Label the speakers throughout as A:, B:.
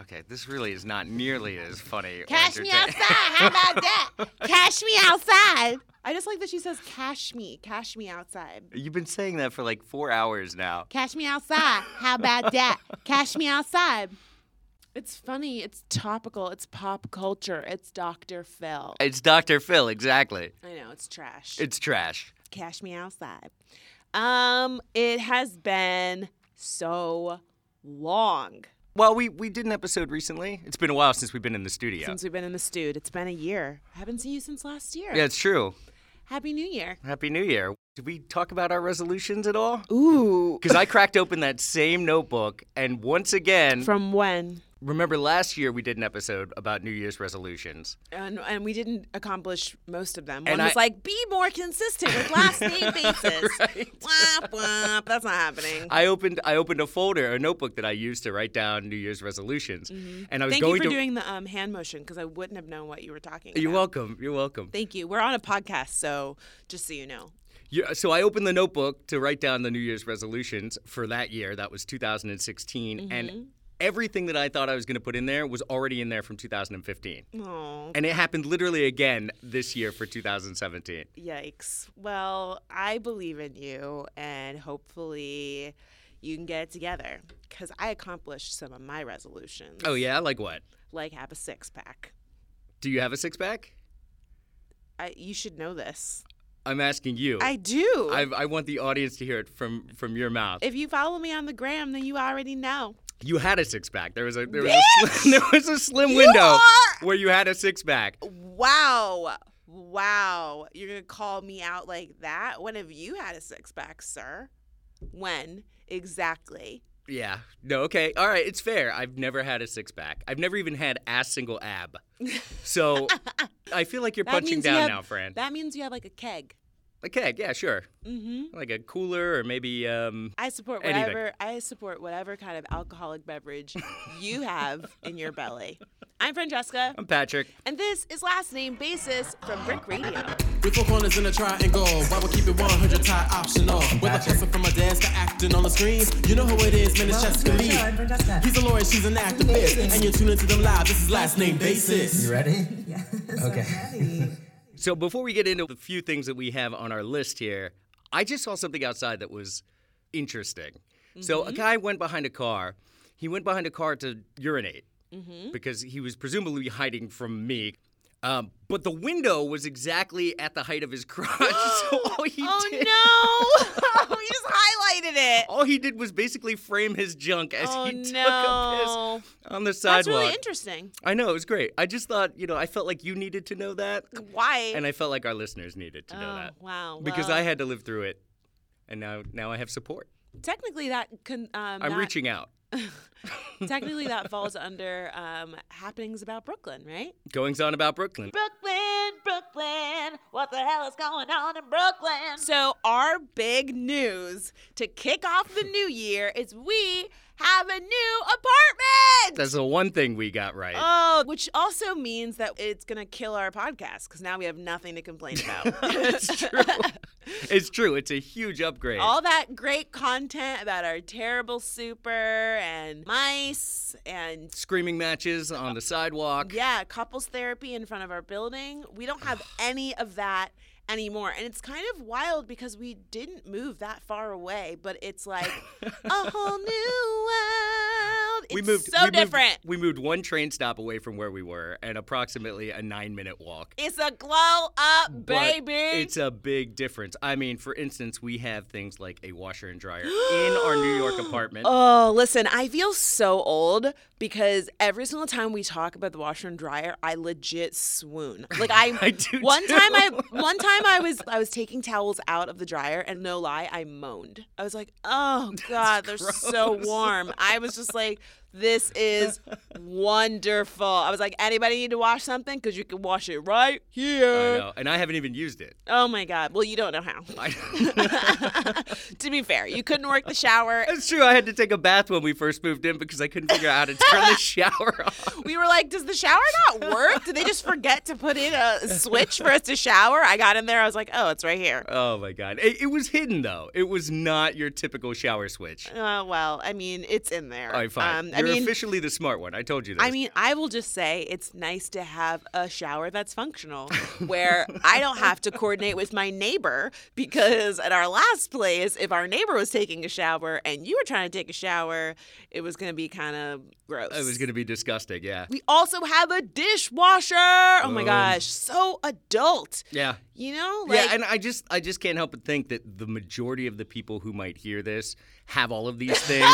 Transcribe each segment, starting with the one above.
A: Okay, this really is not nearly as funny. or
B: Cash me
A: entertain-
B: outside. How about that? Cash me outside. I just like that she says cash me, cash me outside.
A: You've been saying that for like four hours now.
B: Cash me outside. How about that? Cash me outside. It's funny. It's topical. It's pop culture. It's Dr. Phil.
A: It's Dr. Phil, exactly.
B: I know it's trash.
A: It's trash.
B: Cash me outside. Um, it has been so long
A: Well, we, we did an episode recently. It's been a while since we've been in the studio.
B: since we've been in the stewed. It's been a year. haven't seen you since last year.
A: yeah, it's true.
B: Happy New Year.
A: Happy New Year. Did we talk about our resolutions at all?
B: Ooh.
A: Because I cracked open that same notebook, and once again,
B: From when?
A: remember last year we did an episode about New Year's resolutions.
B: And, and we didn't accomplish most of them. One
A: And
B: was
A: I-
B: like, be more consistent with last name basis.
A: Right.
B: Womp womp. That's not happening.
A: I opened I opened a folder, a notebook that I used to write down New Year's resolutions, and I was
B: Mm-hmm. Thank you
A: going
B: for
A: to.
B: doing the um, hand motion because I wouldn't have known what you were talking about.
A: you're welcome. You're welcome.
B: Thank you. We're on a podcast, so just so you know.
A: Yeah, so I opened the notebook to write down the New Year's resolutions for that year. That was 2016, and everything that I thought I was going to put in there was already in there from 2015.
B: Oh,
A: And it happened literally again this year for 2017.
B: yikes. Well, I believe in you, and hopefully you can get it together because I accomplished some of my resolutions,
A: Oh yeah, like what?
B: like have a six pack.
A: Do you have a six pack?
B: I, you should know this.
A: I'm asking you.
B: I do.
A: Oh. I, I want the audience to hear it from from your mouth.
B: if you follow me on the gram, then you already know.
A: you had a six pack. There was a there was a, sli- there was a slim window
B: are-
A: where you had a six pack.
B: Wow. Wow. You're going to call me out like that? When have you had a six pack, sir? When exactly?
A: Yeah. No. Okay. All right. It's fair. I've never had a six pack. I've never even had a single ab. So I feel like you're
B: That
A: punching
B: means you
A: down
B: have-
A: now, Fran.
B: That means you have like a keg.
A: okay. Yeah. Sure.
B: Mm-hmm.
A: Like a cooler or maybe um.
B: I support
A: Anything.
B: whatever I support whatever kind of alcoholic beverage you have in your belly. I'm Francesca,
A: I'm Patrick.
B: and this is Last Name Basis from Brick Radio.
C: With four corners in a triangle, why we keep it 100 tie optional? With a hustle from a dance to acting on the screens, you know who it is, man, it's Jessica
D: to the
C: Lee.
D: show, I'm Francesca.
C: He's a lawyer, she's an activist, and you're tuning to them live. This is Last Name Basis.
D: You ready? Okay.
A: So before we get into the few things that we have on our list here, I just saw something outside that was interesting. So
B: Mm-hmm.
A: a guy went behind a car. He went behind a car to urinate
B: Mm-hmm.
A: because he was presumably hiding from me. Um, but the window was exactly at the height of his crotch. so all he
B: Oh
A: did,
B: no! we just highlighted it.
A: all he did was basically frame his junk as
B: Oh
A: he took a
B: no!
A: piss on the
B: That's
A: sidewalk.
B: really interesting.
A: I know it was great. I just thought, you know, I felt like you needed to know that,
B: Why?
A: and I felt like our listeners needed to
B: oh,
A: know that.
B: Wow.
A: because
B: Well,
A: I had to live through it, and now now I have support.
B: technically that can. Um,
A: I'm
B: that-
A: reaching out,
B: Technically that falls under um, happenings about Brooklyn, right?
A: goings on about Brooklyn.
B: Brooklyn, Brooklyn, what the hell is going on in Brooklyn? So, our big news to kick off the new year is we have a new apartment.
A: That's the one thing we got right.
B: Oh, which also means that it's going to kill our podcast because now we have nothing to complain about.
A: it's true. it's true. It's a huge upgrade.
B: All that great content about our terrible super and mice and
A: Screaming matches on the sidewalk.
B: Yeah, couples therapy in front of our building. We don't have any of that anymore. And it's kind of wild because we didn't move that far away, but it's like a whole new world. It's
A: we moved
B: so
A: we moved-
B: different.
A: we moved one train stop away from where we were, and approximately a nine-minute walk.
B: It's a glow up,
A: But
B: baby.
A: it's a big difference. I mean, for instance, we have things like a washer and dryer in our New York apartment.
B: Oh, listen, I feel so old because every single time we talk about the washer and dryer, I legit swoon. Like I,
A: I do
B: one
A: too.
B: time I one time I was I was taking towels out of the dryer and no lie, I moaned. I was like, "Oh god, they're so
A: gross.
B: warm." I was just like, "This is wonderful." I was like, "Anybody need to wash something cuz you can wash it right
A: I
B: here."
A: know, and I haven't even used it.
B: Oh my god. Well, you don't know how. to be fair, you couldn't work the shower.
A: That's true. I had to take a bath when we first moved in because I couldn't figure out how to turn the shower off.
B: We were like, does the shower not work? Did they just forget to put in a switch for us to shower? I got in there. I was like, oh, it's right here.
A: Oh my god! It, it was hidden though. It was not your typical shower switch.
B: Uh, well, I mean, it's in there.
A: All right, fine.
B: um, I
A: You're You're
B: mean-
A: officially the smart one. I told you this.
B: I mean, I will just say it's nice to have a shower that's functional where I don't have to coordinate with my neighbor because at our last place, if our neighbor was taking a shower and you were trying to take a shower, it was going to be kind of gross.
A: it was going to be disgusting. Yeah.
B: we also have a dishwasher. Oh my
A: Oh.
B: gosh, so adult.
A: Yeah.
B: You know, like
A: yeah, and I just I just can't help but think that the majority of the people who might hear this have all of these things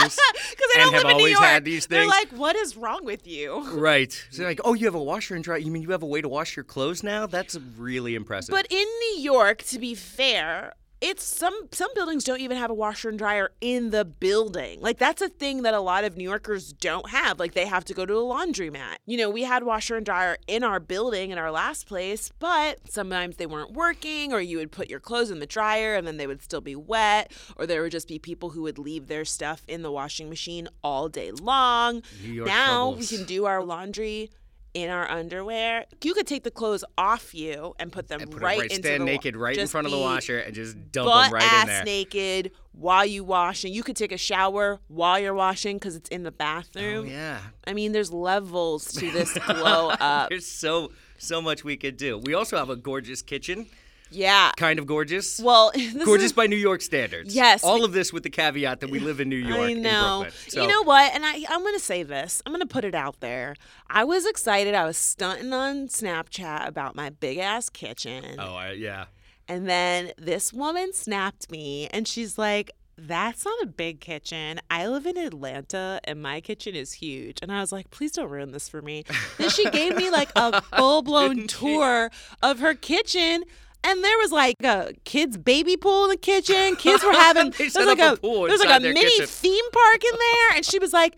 B: because I
A: and
B: don't
A: have
B: live in New
A: always
B: York.
A: had these
B: They're
A: things.
B: like, what is wrong with you?
A: right. So like, oh, you have a washer and dryer. You mean you have a way to wash your clothes now? That's really impressive.
B: But in New York, to be fair, it's some some buildings don't even have a washer and dryer in the building. Like that's a thing that a lot of New Yorkers don't have. Like they have to go to a laundromat. You know, we had washer and dryer in our building in our last place, but sometimes they weren't working or you would put your clothes in the dryer and then they would still be wet or there would just be people who would leave their stuff in the washing machine all day long.
A: New York
B: now we
A: troubles.
B: can do our laundry in our underwear. You could take the clothes off you and put them
A: And put 'em
B: right,
A: right,
B: into
A: stand
B: the wa-
A: naked right in
B: just
A: front of the
B: be
A: washer and just dump
B: Butt
A: them right
B: ass
A: in there.
B: naked while you wash, and you could take a shower while you're washing because it's in the
A: Oh,
B: bathroom.
A: yeah.
B: I mean, there's levels to this glow up.
A: There's so so much we could do. We also have a gorgeous kitchen,
B: yeah.
A: kind of gorgeous.
B: Well, this
A: gorgeous
B: is,
A: by New York standards.
B: Yes,
A: All
B: we-
A: of this with the caveat that we live in New York.
B: I
A: in
B: know.
A: Brooklyn. So-
B: You know what? And I, I'm going to say this. I'm going to put it out there. I was excited. I was stunting on Snapchat about my big ass kitchen.
A: Oh, I, yeah.
B: And then this woman snapped me and she's like, that's not a big kitchen. I live in Atlanta and my kitchen is huge. And I was like, please don't ruin this for me. Then she gave me like a full blown tour of her kitchen. And there was like a kids' baby pool in the kitchen. Kids were having
A: They
B: there's
A: set
B: like
A: up
B: a,
A: a pool
B: there's like
A: inside
B: a
A: their
B: mini
A: kitchen.
B: theme park in there. And she was like,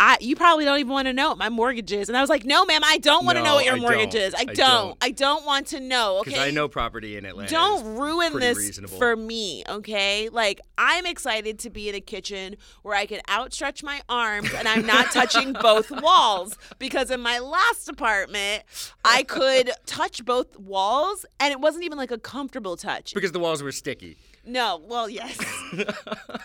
B: I, "You probably don't even want to know what my mortgage is." And I was like, "No, ma'am, I don't want to
A: No,
B: know what your
A: I
B: mortgage
A: don't.
B: is. I
A: I
B: don't.
A: don't.
B: I don't want to know."
A: Because
B: Okay,
A: I know property in Atlanta. is
B: don't ruin
A: pretty
B: this
A: reasonable.
B: for me, okay? Like I'm excited to be in a kitchen where I can outstretch my arms and I'm not touching both walls because in my last apartment I could touch both walls and it wasn't even like a comfortable touch.
A: Because the walls were sticky.
B: No, well, yes.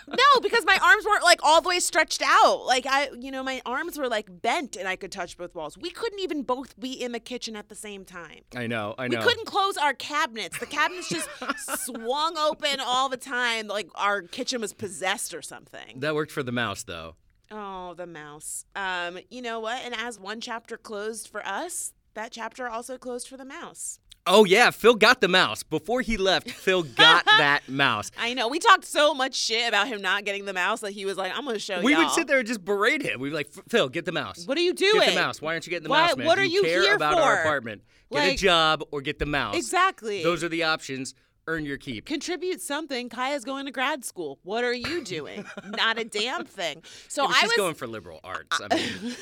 B: no, because my arms weren't like all the way stretched out. Like I, you know, my arms were like bent and I could touch both walls. We couldn't even both be in the kitchen at the same time.
A: I know. I
B: We
A: know.
B: couldn't close our cabinets. The cabinets just swung open all the time, like our kitchen was possessed or something.
A: That worked for the mouse, though.
B: Oh, the mouse. Um, you know what? And as one chapter closed for us, that chapter also closed for the mouse.
A: Oh yeah, Phil got the mouse before he left. Phil got that mouse.
B: I know. We talked so much shit about him not getting the mouse that he was like, "I'm gonna show
A: We
B: y'all."
A: would sit there and just berate him. We'd be like, "Phil, get the mouse.
B: What are you
A: get
B: doing?
A: the mouse. Why aren't you getting the
B: Why-
A: mouse, man?
B: what
A: Do
B: are
A: you
B: you
A: care
B: here
A: about our
B: for?
A: apartment? Get a
B: Like-
A: job or get the mouse.
B: Exactly.
A: Those are the options. Earn your keep.
B: Contribute something. Kaya's going to grad school. What are you doing? not a damn thing. So
A: Yeah, but
B: I
A: she's
B: was
A: going for liberal arts. I mean,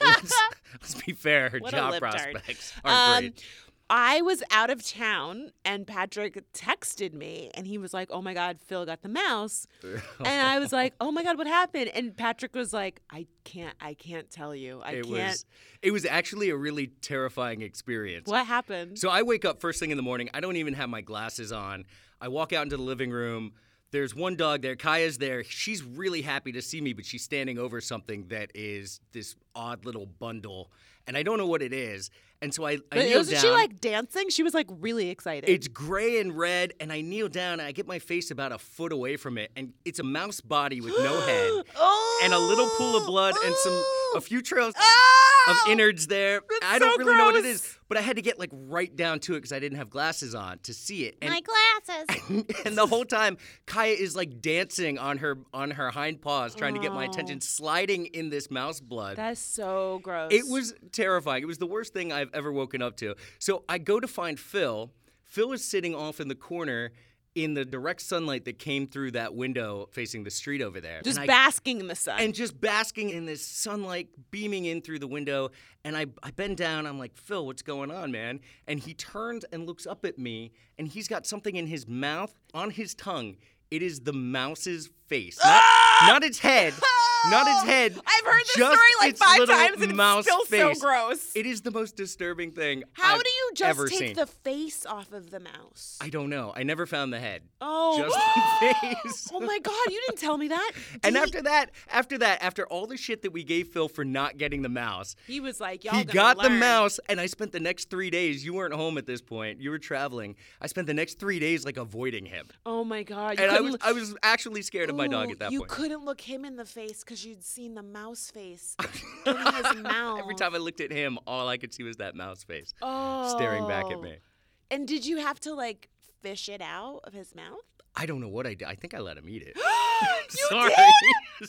A: let's, let's be fair. Her
B: What a
A: job
B: libtard.
A: prospects are
B: Um,
A: great.
B: I was out of town and Patrick texted me and he was like, Oh my God, Phil got the mouse. and I was like, Oh my God, what happened? And Patrick was like, I can't, I can't tell you. I
A: It
B: can't.
A: was. It was actually a really terrifying experience.
B: what happened?
A: So I wake up first thing in the morning. I don't even have my glasses on. I walk out into the living room. There's one dog there. Kaya's there. She's really happy to see me, but she's standing over something that is this odd little bundle, and I don't know what it is. And so I, I
B: But
A: kneel
B: wasn't
A: down.
B: she like dancing? She was like really excited.
A: It's gray and red, and I kneel down and I get my face about a foot away from it, and it's a mouse body with no head,
B: oh, Oh!
A: and a little pool of blood, and some a few trails
B: Ah!
A: of
B: Ow!
A: innards there.
B: That's
A: I don't
B: so
A: really know what it
B: gross.
A: is, but I had to get like right down to it because I didn't have glasses on to see it. And,
E: my glasses.
A: and the whole time, Kaya is like dancing on her on her hind paws, trying to get my attention, sliding in this mouse blood.
B: That's so gross.
A: It was terrifying. It was the worst thing I've ever woken up to. So I go to find Phil. Phil is sitting off in the corner in the direct sunlight that came through that window facing the street over there.
B: just
A: and I-
B: basking in the sun.
A: and just basking in this sunlight beaming in through the window. And I, I bend down. I'm like, Phil, what's going on, man? And he turns and looks up at me, and he's got something in his mouth, on his tongue. It is the mouse's face, not, not its head, Not his head.
E: Ah! I've heard this
A: just
E: story like
A: its
E: five
A: little
E: times and it's
A: mouse
E: still so
A: face.
E: gross.
A: It is the most disturbing thing.
B: How
A: I've
B: do you just
A: ever
B: take
A: seen.
B: the face off of the mouse?
A: I don't know. I never found the head.
B: oh,
A: Just the face.
B: oh my God! You didn't tell me that.
A: And
B: Did he-
A: after that, after that, after all the shit that we gave Phil for not getting the mouse,
B: he was like, "Y'all
A: he
B: gonna
A: got the
B: learn."
A: mouse, and I spent the next three days. You weren't home at this point; you were traveling. I spent the next three days like avoiding him,
B: Oh my God! You
A: and I
B: couldn't
A: was
B: look-
A: I was actually scared of my dog
B: Ooh,
A: at that
B: you
A: point.
B: couldn't look him in the face because you'd seen the mouse face in his mouth.
A: Every time I looked at him, all I could see was that mouse face
B: oh.
A: staring back at me.
B: And did you have to like fish it out of his mouth?
A: I don't know what I did. I think I let him eat it.
B: you
A: Sorry.
B: did?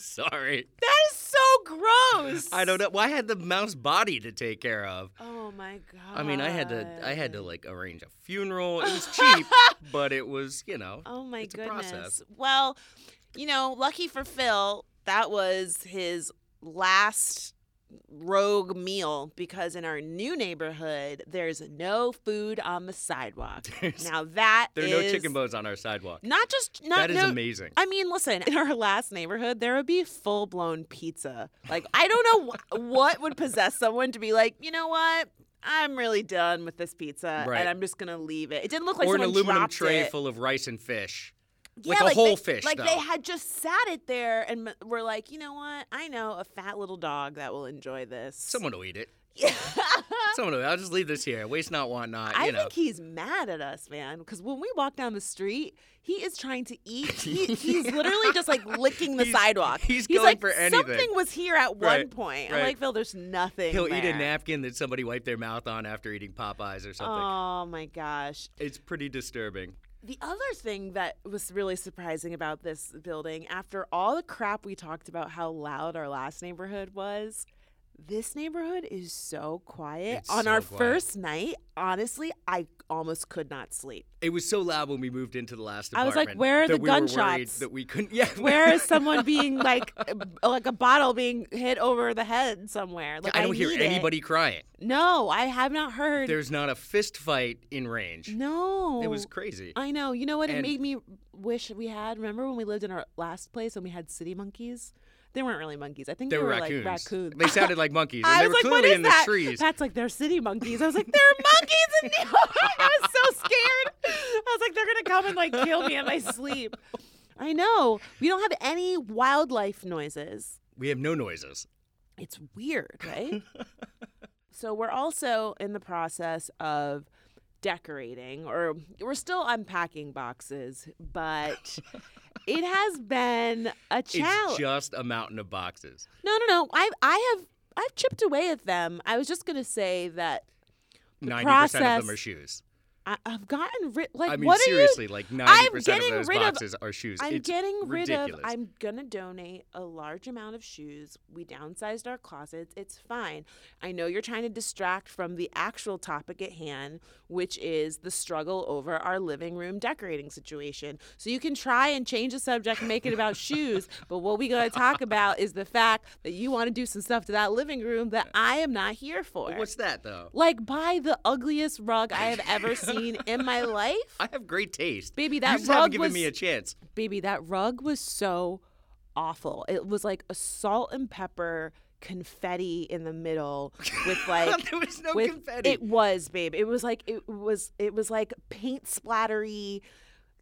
A: Sorry.
B: That is so gross.
A: I don't know. Well, I had the mouse body to take care of.
B: Oh my god.
A: I mean, I had to I had to like arrange a funeral. It was cheap, but it was, you know.
B: Oh my
A: it's a
B: goodness.
A: process.
B: Well, you know, lucky for Phil, that was his last rogue meal because in our new neighborhood there's no food on the sidewalk. now that
A: There are no
B: is-
A: chicken bones on our sidewalk.
B: Not just not
A: that is
B: no,
A: amazing.
B: I mean, listen, in our last neighborhood, there would be full blown pizza. Like, I don't know wh- what would possess someone to be like, you know what? I'm really done with this pizza
A: Right.
B: and I'm just going to leave it. It didn't look like
A: or an
B: someone
A: aluminum
B: dropped
A: tray
B: it.
A: full of rice and fish.
B: Yeah,
A: like a
B: they-
A: whole fish,
B: Like
A: though.
B: they had just sat it there and m- were like, you know what? I know a fat little dog that will enjoy this.
A: Someone will eat it.
B: Yeah.
A: Someone will. I'll just leave this here. Waste not, want not. You
B: I
A: know.
B: think he's mad at us, man, because when we walk down the street, he is trying to eat. He, he's literally just like licking the
A: He's-
B: sidewalk.
A: he's going
B: like,
A: for anything.
B: Something was here at one
A: Right,
B: point. I'm
A: right.
B: like, Phil, there's nothing.
A: He'll eat a
B: there."
A: napkin that somebody wiped their mouth on after eating Popeyes or something.
B: Oh my gosh.
A: It's pretty disturbing.
B: The other thing that was really surprising about this building, after all the crap we talked about how loud our last neighborhood was, this neighborhood is so quiet.
A: It's
B: On
A: so
B: our
A: quiet.
B: first night, honestly, I almost could not sleep.
A: It was so loud when we moved into the last
B: I was
A: apartment.
B: like, where are
A: that
B: the
A: we were worried
B: gunshots?
A: That we couldn't. Yeah.
B: Where is someone being like, like a bottle being hit over the head somewhere? Like
A: I don't hear
B: need it.
A: anybody crying.
B: No, I have not heard.
A: There's not a fist fight in range.
B: no,
A: It was crazy.
B: I know. You know what? It
A: And-
B: made me wish we had. Remember when we lived in our last place and we had city monkeys? They weren't really monkeys. I think
A: They were
B: like
A: raccoons.
B: raccoons.
A: They sounded like monkeys. And
B: I
A: they
B: was
A: were
B: like,
A: clearly
B: what is
A: in
B: that?
A: the trees.
B: That's like they're city monkeys. I was like, there are monkeys in the I was so scared. I was like, they're gonna come and like kill me in my sleep. I know. We don't have any wildlife noises.
A: We have no noises.
B: It's weird, right? so we're also in the process of decorating or we're still unpacking boxes, but it has been a
A: It's
B: challenge.
A: just a mountain of boxes.
B: no, no, no. I I have I've chipped away at them. I was just going to say that
A: Ninety percent
B: process-
A: of them are shoes.
B: I, I've gotten rid like
A: I mean,
B: what
A: seriously,
B: are you
A: like ninety
B: I'm
A: percent of
B: getting
A: those
B: rid of-
A: boxes are shoes.
B: I'm
A: It's
B: getting rid
A: ridiculous.
B: of I'm going to donate a large amount of shoes. We downsized our closets. It's fine. I know you're trying to distract from the actual topic at hand, which is the struggle over our living room decorating situation. So you can try and change the subject and make it about shoes, but what we going to talk about is the fact that you want to do some stuff to that living room that I am not here for.
A: What's that though?
B: like buy the ugliest rug I have ever seen in my life.
A: I have great taste.
B: Baby,
A: You
B: that
A: just haven't
B: rug
A: given me
B: was-
A: a chance.
B: baby, that rug was so awful. It was like a salt and pepper confetti in the middle with like
A: There was no
B: with-
A: confetti.
B: It was, babe. It was like it was it was like paint splattery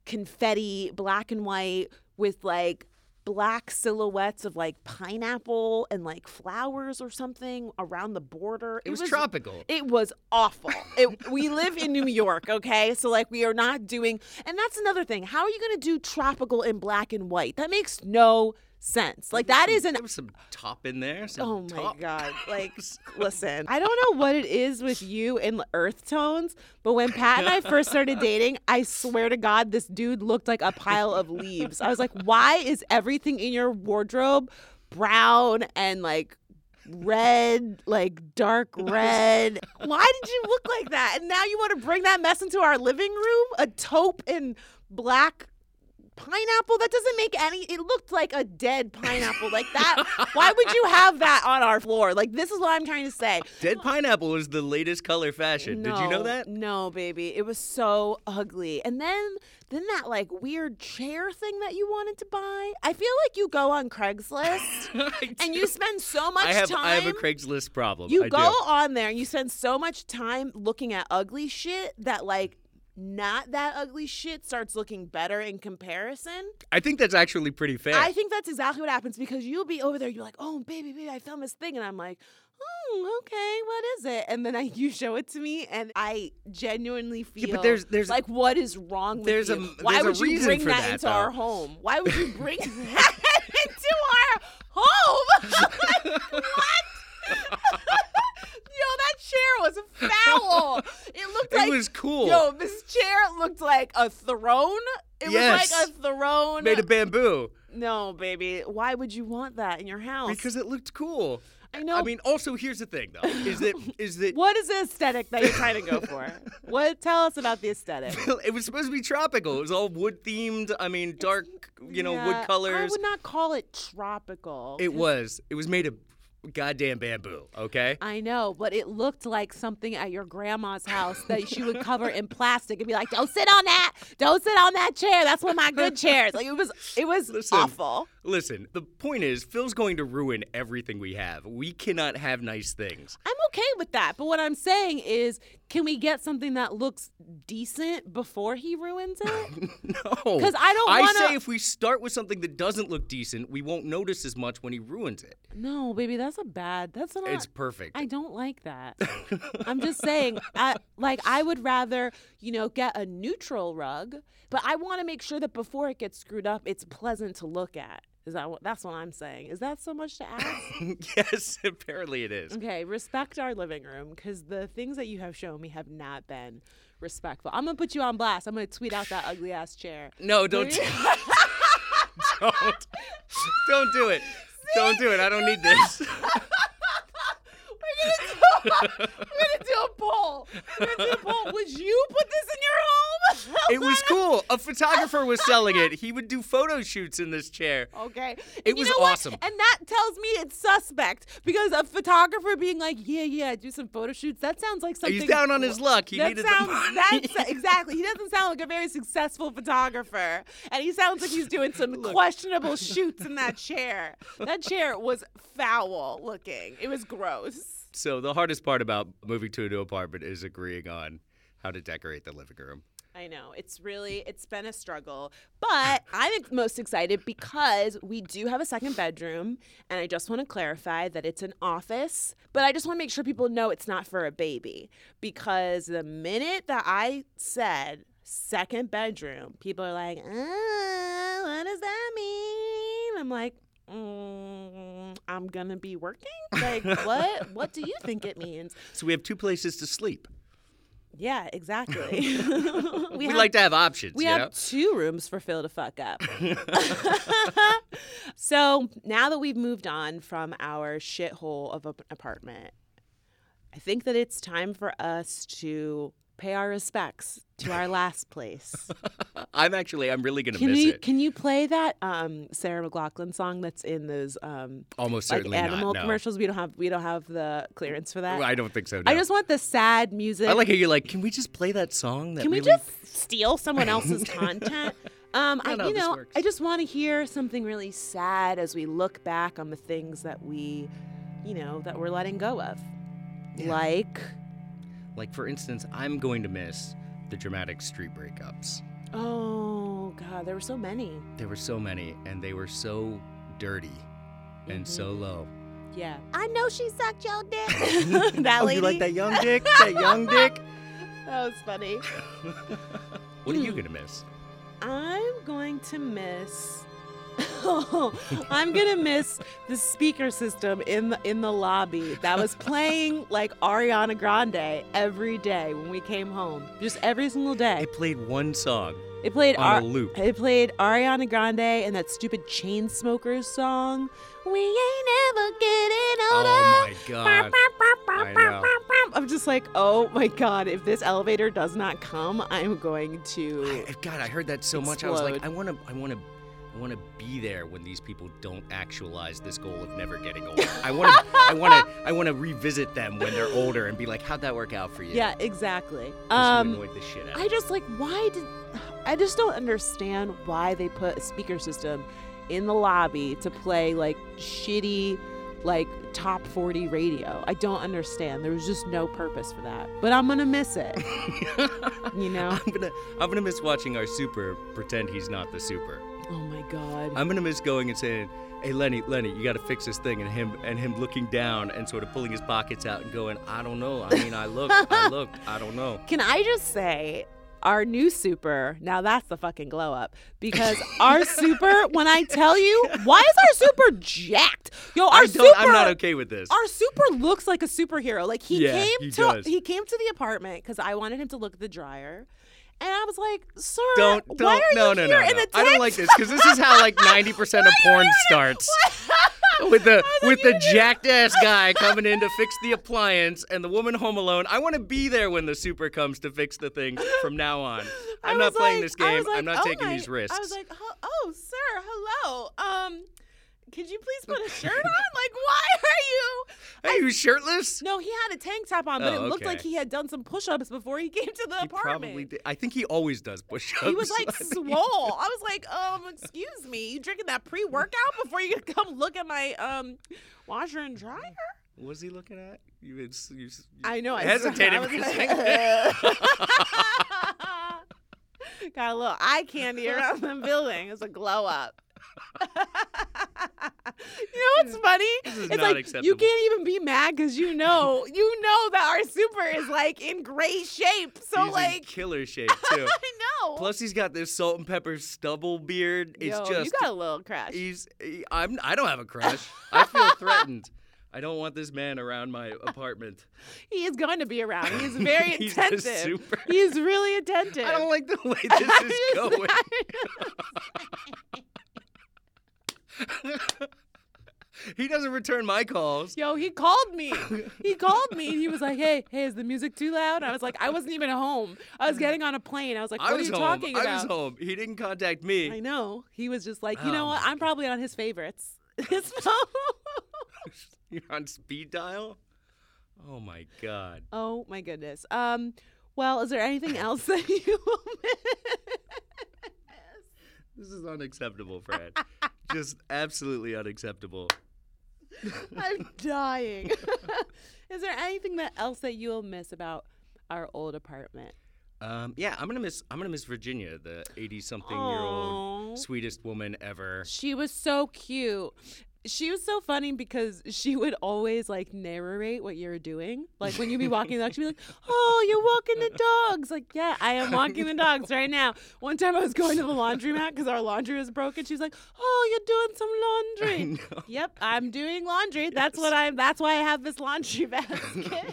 B: confetti, black and white with like black silhouettes of like pineapple and like flowers or something around the border.
A: It was tropical.
B: It was awful. It, we live in New York, okay? So like we are not doing and that's another thing. How are you going to do tropical in black and white? That makes no sense. Like that is an
A: There was some top in there. some
B: Oh my
A: top.
B: god! Like, listen, I don't know what it is with you and the earth tones, but when Pat and I first started dating, I swear to God, this dude looked like a pile of leaves. I was like, why is everything in your wardrobe brown and like red, like dark red? Why did you look like that? And now you want to bring that mess into our living room? A taupe in black pineapple? That doesn't make any. It looked like a dead pineapple. like that. Why would you have that on our floor? Like this is what I'm trying to say.
A: Dead pineapple is the latest color fashion. Did you know
B: No,
A: that?
B: No, baby. It was so ugly. And then then that like weird chair thing that you wanted to buy. I feel like you go on Craigslist
A: I
B: and
A: do.
B: you spend so much
A: I have
B: time
A: I have a Craigslist problem.
B: you
A: I
B: go
A: do.
B: on there and you spend so much time looking at ugly shit that like not that ugly shit starts looking better in comparison.
A: I think that's actually pretty fair.
B: I think that's exactly what happens because you'll be over there, you're like, oh, baby, baby, I found this thing. And I'm like, oh, okay, what is it? And then I, you show it to me, and I genuinely feel
A: but there's- there's-
B: like, what is wrong with
A: there's a-
B: you? Why
A: there's a
B: would you
A: reason
B: bring
A: for
B: that,
A: that,
B: into our
A: though.
B: home? Why would you bring that into our home? Like, what? Yo, that chair was foul. It looked
A: It
B: like
A: was cool.
B: Yo, this chair looked like a throne. It
A: Yes.
B: was like a throne
A: Made of bamboo
B: no, baby. Why would you want that in your house?
A: because it looked cool.
B: I know.
A: I mean, also here's the thing though, is that is that
B: what is the aesthetic that you're trying to go for? what? Tell us about the aesthetic.
A: it was supposed to be tropical. It was all wood themed. I mean, dark, you know,
B: Yeah,
A: wood
B: I
A: colors.
B: would not call it tropical.
A: It was. It was made of goddamn bamboo. Okay.
B: I know, but it looked like something at your grandma's house that she would cover in plastic and be like, "Don't sit on that. Don't sit on that chair. That's one of my good chairs." Like it was, it was
A: Listen.
B: awful.
A: Listen, the point is, Phil's going to ruin everything we have. We cannot have nice things.
B: I'm okay with that, but what I'm saying is, can we get something that looks decent before he ruins it?
A: No.
B: 'Cause I don't wanna-
A: I say if we start with something that doesn't look decent, we won't notice as much when he ruins it.
B: No, baby, that's a bad. That's not.
A: It's perfect.
B: I don't like that. I'm just saying, I, like, I would rather, you know, get a neutral rug, but I want to make sure that before it gets screwed up, it's pleasant to look at. Is that what? That's what I'm saying. Is that so much to ask?
A: yes, apparently it is.
B: okay, respect our living room because the things that you have shown me have not been respectful. I'm gonna put you on blast. I'm gonna tweet out that ugly ass chair.
A: No, don't. don't. Don't do it. Don't do it. I don't need this.
B: We're gonna do, we're gonna do a poll. We're gonna do a poll. Would you put this in your home?
A: It was cool. A photographer was selling it. He would do photo shoots in this chair.
B: Okay.
A: It
B: And you
A: was
B: know what?
A: awesome.
B: And that tells me it's suspect because a photographer being like, yeah, yeah, do some photo shoots, that sounds like something.
A: down on his luck. He
B: that
A: needed the
B: sounds,
A: money.
B: That's, exactly. He doesn't sound like a very successful photographer. And he sounds like he's doing some questionable shoots in that chair. That chair was foul looking, it was gross.
A: So the hardest part about moving to a new apartment is agreeing on how to decorate the living room.
B: I know. It's really it's been a struggle, but I'm ex- most excited because we do have a second bedroom and I just want to clarify that it's an office, but I just want to make sure people know it's not for a baby because the minute that I said second bedroom, people are like, "Uh, what does that mean?" I'm like, mm, I'm gonna be working. Like, what? What do you think it means?
A: So we have two places to sleep.
B: Yeah, exactly.
A: We, like to have options.
B: We
A: you
B: have
A: know?
B: two rooms for Phil to fuck up. so now that we've moved on from our shithole of an apartment, I think that it's time for us to pay our respects to our last place.
A: I'm actually, I'm really going to
B: Can
A: miss
B: you
A: it.
B: can you play that um, Sarah McLaughlin song that's in those um,
A: Almost
B: like
A: certainly
B: animal
A: not. no.
B: commercials? We don't have we don't have the clearance for that.
A: Well, I don't think so. No.
B: I just want the sad music.
A: I like how you're like, can we just play that song? That
B: Can we
A: really-
B: just steal someone else's content? Um, I,
A: no,
B: you
A: this
B: know,
A: works.
B: I just want to hear something really sad as we look back on the things that we, you know, that we're letting go of, like
A: Like, for instance, I'm going to miss the dramatic street breakups.
B: oh god, there were so many.
A: There were so many, and they were so dirty and so low.
B: Yeah, I know she sucked your dick. that
A: oh,
B: lady.
A: you like that young dick? that young dick?
B: That was funny.
A: What are you going to miss?
B: I'm going to miss. I'm gonna miss the speaker system in the in the lobby that was playing like Ariana Grande every day when we came home, just every single day.
A: I played one song.
B: It played
A: on a loop.
B: It played Ariana Grande and that stupid Chainsmokers song. We ain't never getting older.
A: Oh my
B: Bah,
A: god.
B: bah, bah, bah,
A: I
B: bah,
A: know.
B: bah, bah. I'm just like, oh my god, if this elevator does not come, I'm going to.
A: I- God, I heard that so much. I was like,
B: Explode.
A: I want to, I want to, I want to be there when these people don't actualize this goal of never getting old. I want to, I want to, I want to revisit them when they're older and be like, how'd that work out for you?
B: Yeah, exactly.
A: Because
B: Um,
A: you annoyed the shit out.
B: I just like why did I just don't understand why they put a speaker system in the lobby to play like shitty like top 40 radio. I don't understand. There was just no purpose for that. But I'm going to miss it. you know?
A: I'm gonna, I'm gonna miss watching our super pretend he's not the super.
B: Oh my god.
A: I'm gonna miss going and saying, "Hey Lenny, Lenny, you gotta fix this thing," and him and him looking down and sort of pulling his pockets out and going, "I don't know. I mean, I looked, I looked, I don't know."
B: Can I just say our new super, now that's the fucking glow up. Because our super, when I tell you, why is our super jacked? Yo, our
A: I don't,
B: super
A: I'm not okay with this.
B: Our super looks like a superhero. Like he
A: Yeah,
B: came
A: he
B: to
A: does.
B: he came to the apartment because I wanted him to look at the dryer, and I was like, "Sir,
A: don't, don't,
B: why are
A: no,
B: you
A: no,
B: here
A: no,
B: in
A: no.
B: a
A: I don't
B: tank
A: like this because this is how like 90% of porn starts. With the with the jacked ass guy coming in to fix the appliance and the woman home alone. I want to be there when the super comes to fix the thing from now on.
B: I
A: I'm not
B: was
A: playing
B: like-
A: this
B: I
A: game.
B: was like,
A: I'm not
B: "Oh
A: taking
B: my-"
A: these risks.
B: I was like, "Oh- oh, sir, hello. Um, could you please put a shirt on? Like, why are you?
A: Are you shirtless?
B: No, he had a tank top on, but
A: Oh,
B: it looked like
A: okay.
B: he had done some push-ups before he came to the
A: He
B: apartment.
A: probably did. I think he always does push ups.
B: He was like swole. I was like, um, excuse me, you drinking that pre-workout before you come look at my um washer and dryer?
A: Was he looking at? You, it's, you, s- you
B: I know. I
A: hesitated
B: I
A: for a
B: was like,
A: second.
B: Got a little eye candy around the building. It's a glow up. you know what's funny?
A: is
B: it's
A: not
B: like you
A: acceptable.
B: can't even be mad because you know you know that our super is like in great shape. So
A: He's in
B: like
A: killer shape too.
B: I know.
A: Plus, he's got this salt and pepper stubble beard. It's
B: Yo,
A: just
B: you got a little crush.
A: he's. he- I'm. I don't have a crush. I feel threatened. I don't want this man around my apartment.
B: He is going to be around. He is very
A: He's the
B: attentive.
A: super.
B: He is really attentive.
A: I don't like the way this is going. He doesn't return my calls.
B: Yo, he called me. He called me. He was like, "Hey, hey, is the music too loud?" I was like, "I wasn't even home. I was getting on a plane." I was like, "What
A: I
B: are
A: was
B: you
A: home.
B: talking about?"
A: I was home. He didn't contact me.
B: I know. He was just like, "You know
A: Oh
B: what?
A: my
B: I'm probably on his favorites." His phone.
A: You're on speed dial? Oh my god.
B: oh my goodness. Um. Well, is there anything else that you will miss?
A: This is unacceptable, Fred. Just absolutely unacceptable.
B: I'm dying. is there anything that else that you will miss about our old apartment?
A: Um, yeah, I'm gonna miss I'm gonna miss Virginia, the eighty something year
B: Aw.
A: old sweetest woman ever.
B: She was so cute. She was so funny because she would always like narrate what you're doing. Like when you'd be walking the dog, she'd be like, Oh, you're walking the dogs. Like, yeah, I am walking the dogs right now. One time I was going to the laundromat because our laundry was broken. She was like, Oh, you're doing some laundry. Yep, I'm doing laundry. That's what I'm that's why I have this laundry basket.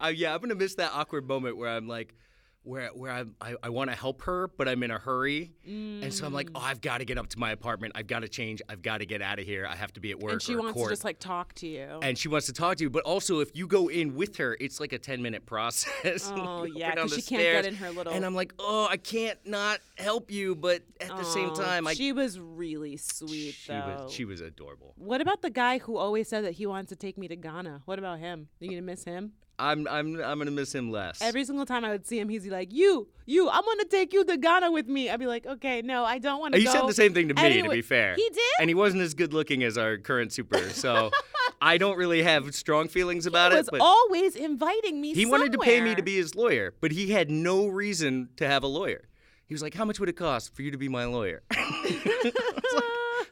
A: Uh, yeah, I'm gonna miss that awkward moment where I'm like, where where I'm, I I want to help her, but I'm in a hurry, and so I'm like,
B: Mm.
A: oh, I've got to get up to my apartment. I've got to change. I've got to get out of here. I have to be at work.
B: and she
A: or at
B: wants
A: court.
B: to just like talk to you.
A: and she wants to talk to you, but also if you go in with her, it's like a ten minute process. Like,
B: Oh,
A: up and
B: yeah,
A: down
B: 'cause
A: the
B: she can't get
A: stairs.
B: in her little-
A: And I'm like, oh, I can't not help you, but at the same
B: Aw,
A: time, I
B: she was really sweet
A: she
B: though.
A: was she was adorable.
B: What about the guy who always said that he wants to take me to Ghana? What about him? You gonna miss him?
A: I'm I'm I'm gonna miss him less.
B: Every single time I would see him, he's like, "You, you, I'm gonna take you to Ghana with me." I'd be like, "Okay, no, I don't want to."
A: he said the same thing to me, to be fair.
B: he did.
A: and he wasn't as good looking as our current super, so I don't really have strong feelings
B: he
A: about
B: was
A: it. But
B: always inviting me.
A: he wanted to pay me
B: somewhere.
A: to be his lawyer, but he had no reason to have a lawyer. He was like, "How much would it cost for you to be my lawyer?"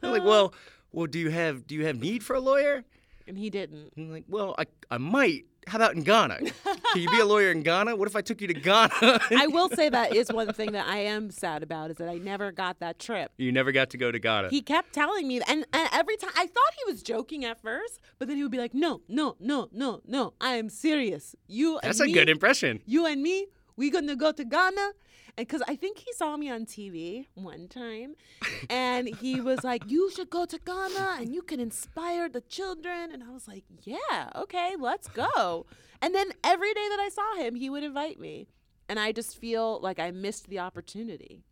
A: I'm like, well, well, do you have do you have need for a lawyer?
B: and he didn't.
A: And I'm like, well, I, I might. How about in Ghana? Can you be a lawyer in Ghana? What if I took you to Ghana?
B: I will say that is one thing that I am sad about is that I never got that trip.
A: you never got to go to Ghana.
B: He kept telling me, and, and every time I thought he was joking at first, but then he would be like, "No, no, no, no, no, I am serious. You
A: That's
B: and
A: a
B: me,
A: good impression.
B: you and me, we gonna go to Ghana. And because I think he saw me on TV one time, and he was like, "You should go to Ghana, and you can inspire the children." And I was like, "Yeah, okay, let's go." And then every day that I saw him, he would invite me, and I just feel like I missed the opportunity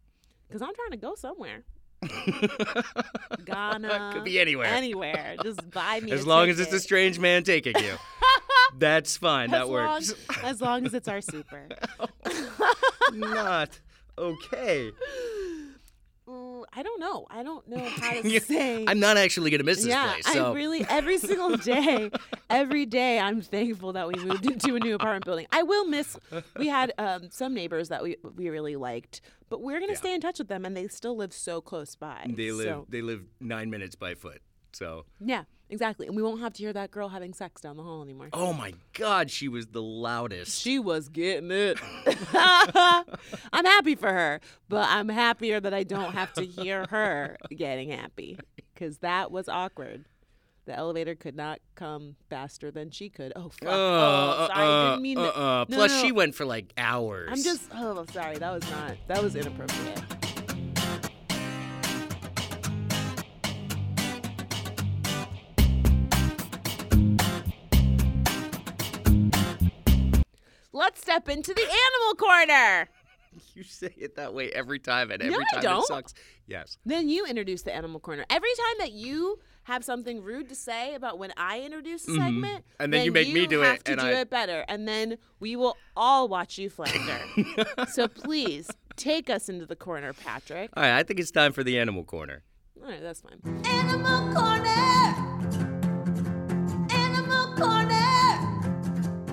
B: because I'm trying to go somewhere. Uh, Ghana
A: Could be anywhere.
B: Anywhere, just buy me.
A: As
B: a
A: long as it's a
B: ticket.
A: strange man taking you. That's fine. that
B: as
A: works.
B: Long, as long as it's our super.
A: Not okay.
B: Mm, I don't know. I don't know how to
A: You-
B: say.
A: I'm not actually gonna miss this
B: yeah,
A: place. So
B: I really every single day, every day I'm thankful that we moved into a new apartment building. I will miss. We had um, some neighbors that we we really liked, but we're gonna
A: Yeah.
B: stay in touch with them, and they still live so close by.
A: they live
B: so-
A: they live nine minutes by foot. So
B: yeah, exactly, and we won't have to hear that girl having sex down the hall anymore.
A: Oh my god, she was the loudest.
B: She was getting it. I'm happy for her, but I'm happier that I don't have to hear her getting happy because that was awkward. The elevator could not come faster than she could. Oh, fuck.
A: Uh,
B: oh, sorry. I
A: uh,
B: didn't mean
A: uh,
B: that.
A: uh.
B: No,
A: Plus,
B: no,
A: she
B: no.
A: went for like hours.
B: I'm just, oh, I'm sorry. That was not, that was inappropriate. Let's step into the animal corner.
A: You say it that way every time, and every
B: I
A: time
B: don't.
A: it sucks. Yes.
B: Then you introduce the animal corner. Every time that you have something rude to say about when I introduce a segment,
A: And then you make me do it,
B: have to
A: and
B: do
A: I-
B: it better, and then we will all watch you flounder. so please take us into the corner, Patrick.
A: All right, I think it's time for the animal corner.
B: All right, that's fine.
E: Animal Corner! Animal Corner!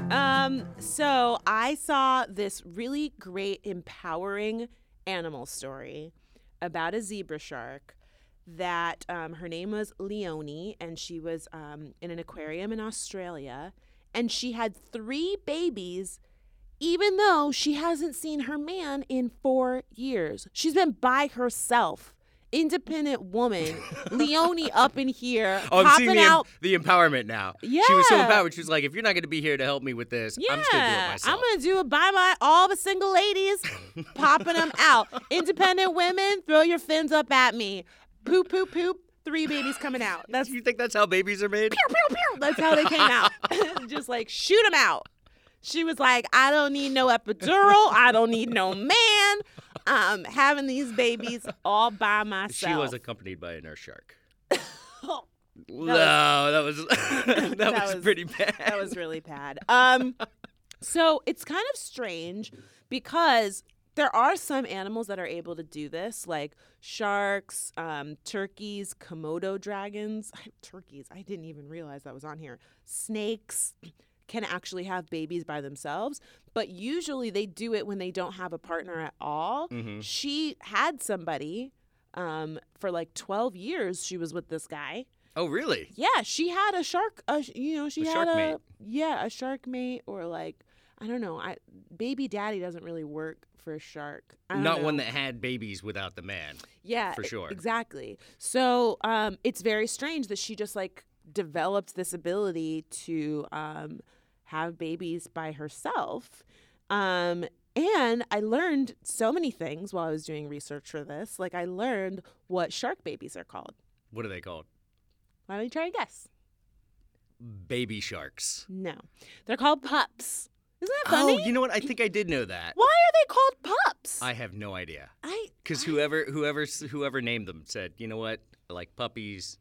B: Um, so I saw this really great, empowering animal story about a zebra shark. That um, her name was Leonie, and she was um, in an aquarium in Australia, and she had three babies even though she hasn't seen her man in four years. She's been by herself. Independent woman, Leonie up in here,
A: Oh, I'm seeing
B: popping
A: the, em-
B: out.
A: the empowerment now. She was so
B: Yeah.
A: empowered. She was like, if you're not going to be here to help me with this,
B: Yeah,
A: I'm just going to do it myself.
B: I'm gonna do it by my all the single ladies, popping them out. Independent women, throw your fins up at me. Poop, poop, poop. Three babies coming out. That's
A: Do you think that's how babies are made?
B: That's how they came out. Just like shoot them out. She was like, I don't need no epidural. I don't need no man. I'm having these babies all by myself.
A: She was accompanied by a nurse shark.
B: Oh,
A: No, that was that,
B: That
A: was,
B: was-
A: pretty bad.
B: that was really bad. Um, so it's kind of strange because there are some animals that are able to do this, like sharks, um, turkeys, Komodo dragons. turkeys, I didn't even realize that was on here. Snakes can actually have babies by themselves, but usually they do it when they don't have a partner at all.
A: Mm-hmm.
B: She had somebody. Um, for like 12 years, she was with this guy.
A: oh, really?
B: Yeah, she had a shark. A, sh- you know, she
A: A
B: had
A: shark
B: a
A: mate.
B: yeah, a shark mate or like I don't know. I baby daddy doesn't really work for a shark. I don't
A: Not
B: know.
A: one that had babies without the man.
B: Yeah,
A: for
B: e-
A: sure.
B: exactly. So um, it's very strange that she just like developed this ability to um, have babies by herself. Um, and I learned so many things while I was doing research for this. Like I learned what shark babies are called.
A: What are they called?
B: Why don't you try and guess?
A: Baby sharks.
B: No. They're called pups. Isn't that funny?
A: Oh, you know what? I think I did know that.
B: Why are they called pups?
A: I have no idea.
B: I
A: Because whoever whoever s- whoever named them said, you know what? I like puppies.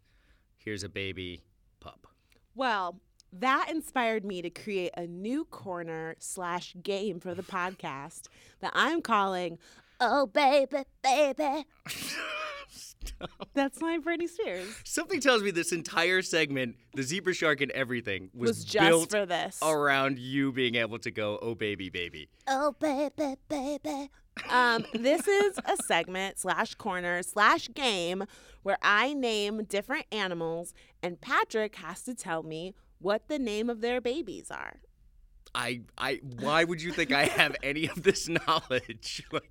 A: Here's a baby pup.
B: well, that inspired me to create a new corner slash game for the podcast that I'm calling
E: Oh, baby, baby.
B: That's My Britney Spears.
A: Something tells me this entire segment, the zebra shark and everything, was,
B: Was just
A: built
B: for this.
A: around you being able to go, "Oh baby, baby."
E: Oh, baby, baby.
B: Um, this is a segment slash corner slash game where I name different animals and Patrick has to tell me what the name of their babies are.
A: I, I, why would you think I have any of this knowledge? Like,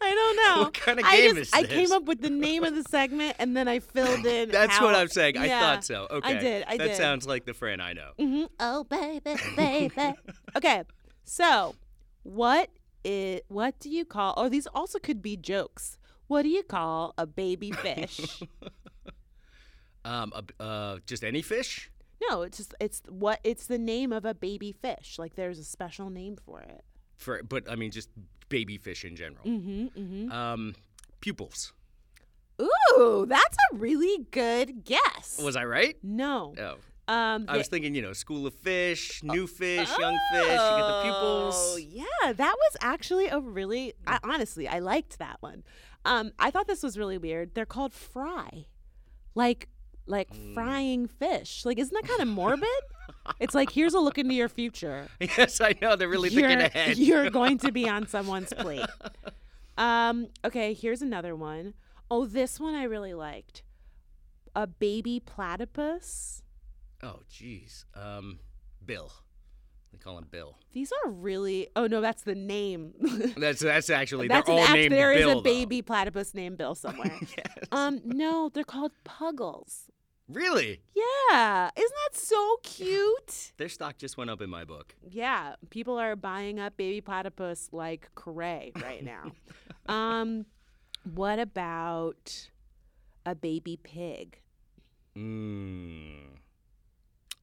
B: I don't know.
A: What kinda
B: Oh, I
A: game
B: just,
A: is
B: I came
A: this?
B: up with the name of the segment and then I filled in.
A: that's what
B: how-
A: I'm saying. I
B: Yeah, Mm-hmm.
A: thought so. Okay,
B: I did. I
A: that
B: did. Oh,
A: sounds like the friend I know.
E: Oh, baby, baby.
B: okay. So, What is what do you call or these also could be jokes. What do you call a baby fish?
A: Um, a b- uh, just any fish?
B: no, it's just it's what it's the name of a baby fish. Like there's a special name for it.
A: For but I mean just baby fish in general.
B: Mhm. Mhm.
A: Um, pupils.
B: Ooh, that's a really good guess.
A: Uh, Was I right?
B: no.
A: Oh.
B: Um
A: I was thinking, you know, school of fish, new fish, young fish, you get the
B: Oh,
A: pupils.
B: yeah, that was actually a really I, honestly, I liked that one. Um, I thought this was really weird. They're called fry, like like
A: Mm.
B: frying fish. Like, isn't that kind of morbid? it's like here's a look into your future.
A: Yes, I know. They're really
B: you're,
A: thinking ahead.
B: you're going to be on someone's plate. Um, okay, here's another one. Oh, this one I really liked. A baby platypus.
A: Oh, jeez. Um, Bill. They call him Bill.
B: These are really. Oh no, that's the name.
A: That's that's actually
B: That's
A: they're
B: an
A: all
B: act. There is
A: named Bill.
B: a
A: though.
B: baby platypus named Bill somewhere. Um, no, they're called puggles.
A: Really?
B: Yeah, isn't that so cute?
A: Their stock just went up in my book.
B: Yeah, people are buying up baby platypus like cray right now. um, what about a baby pig?
A: Mm.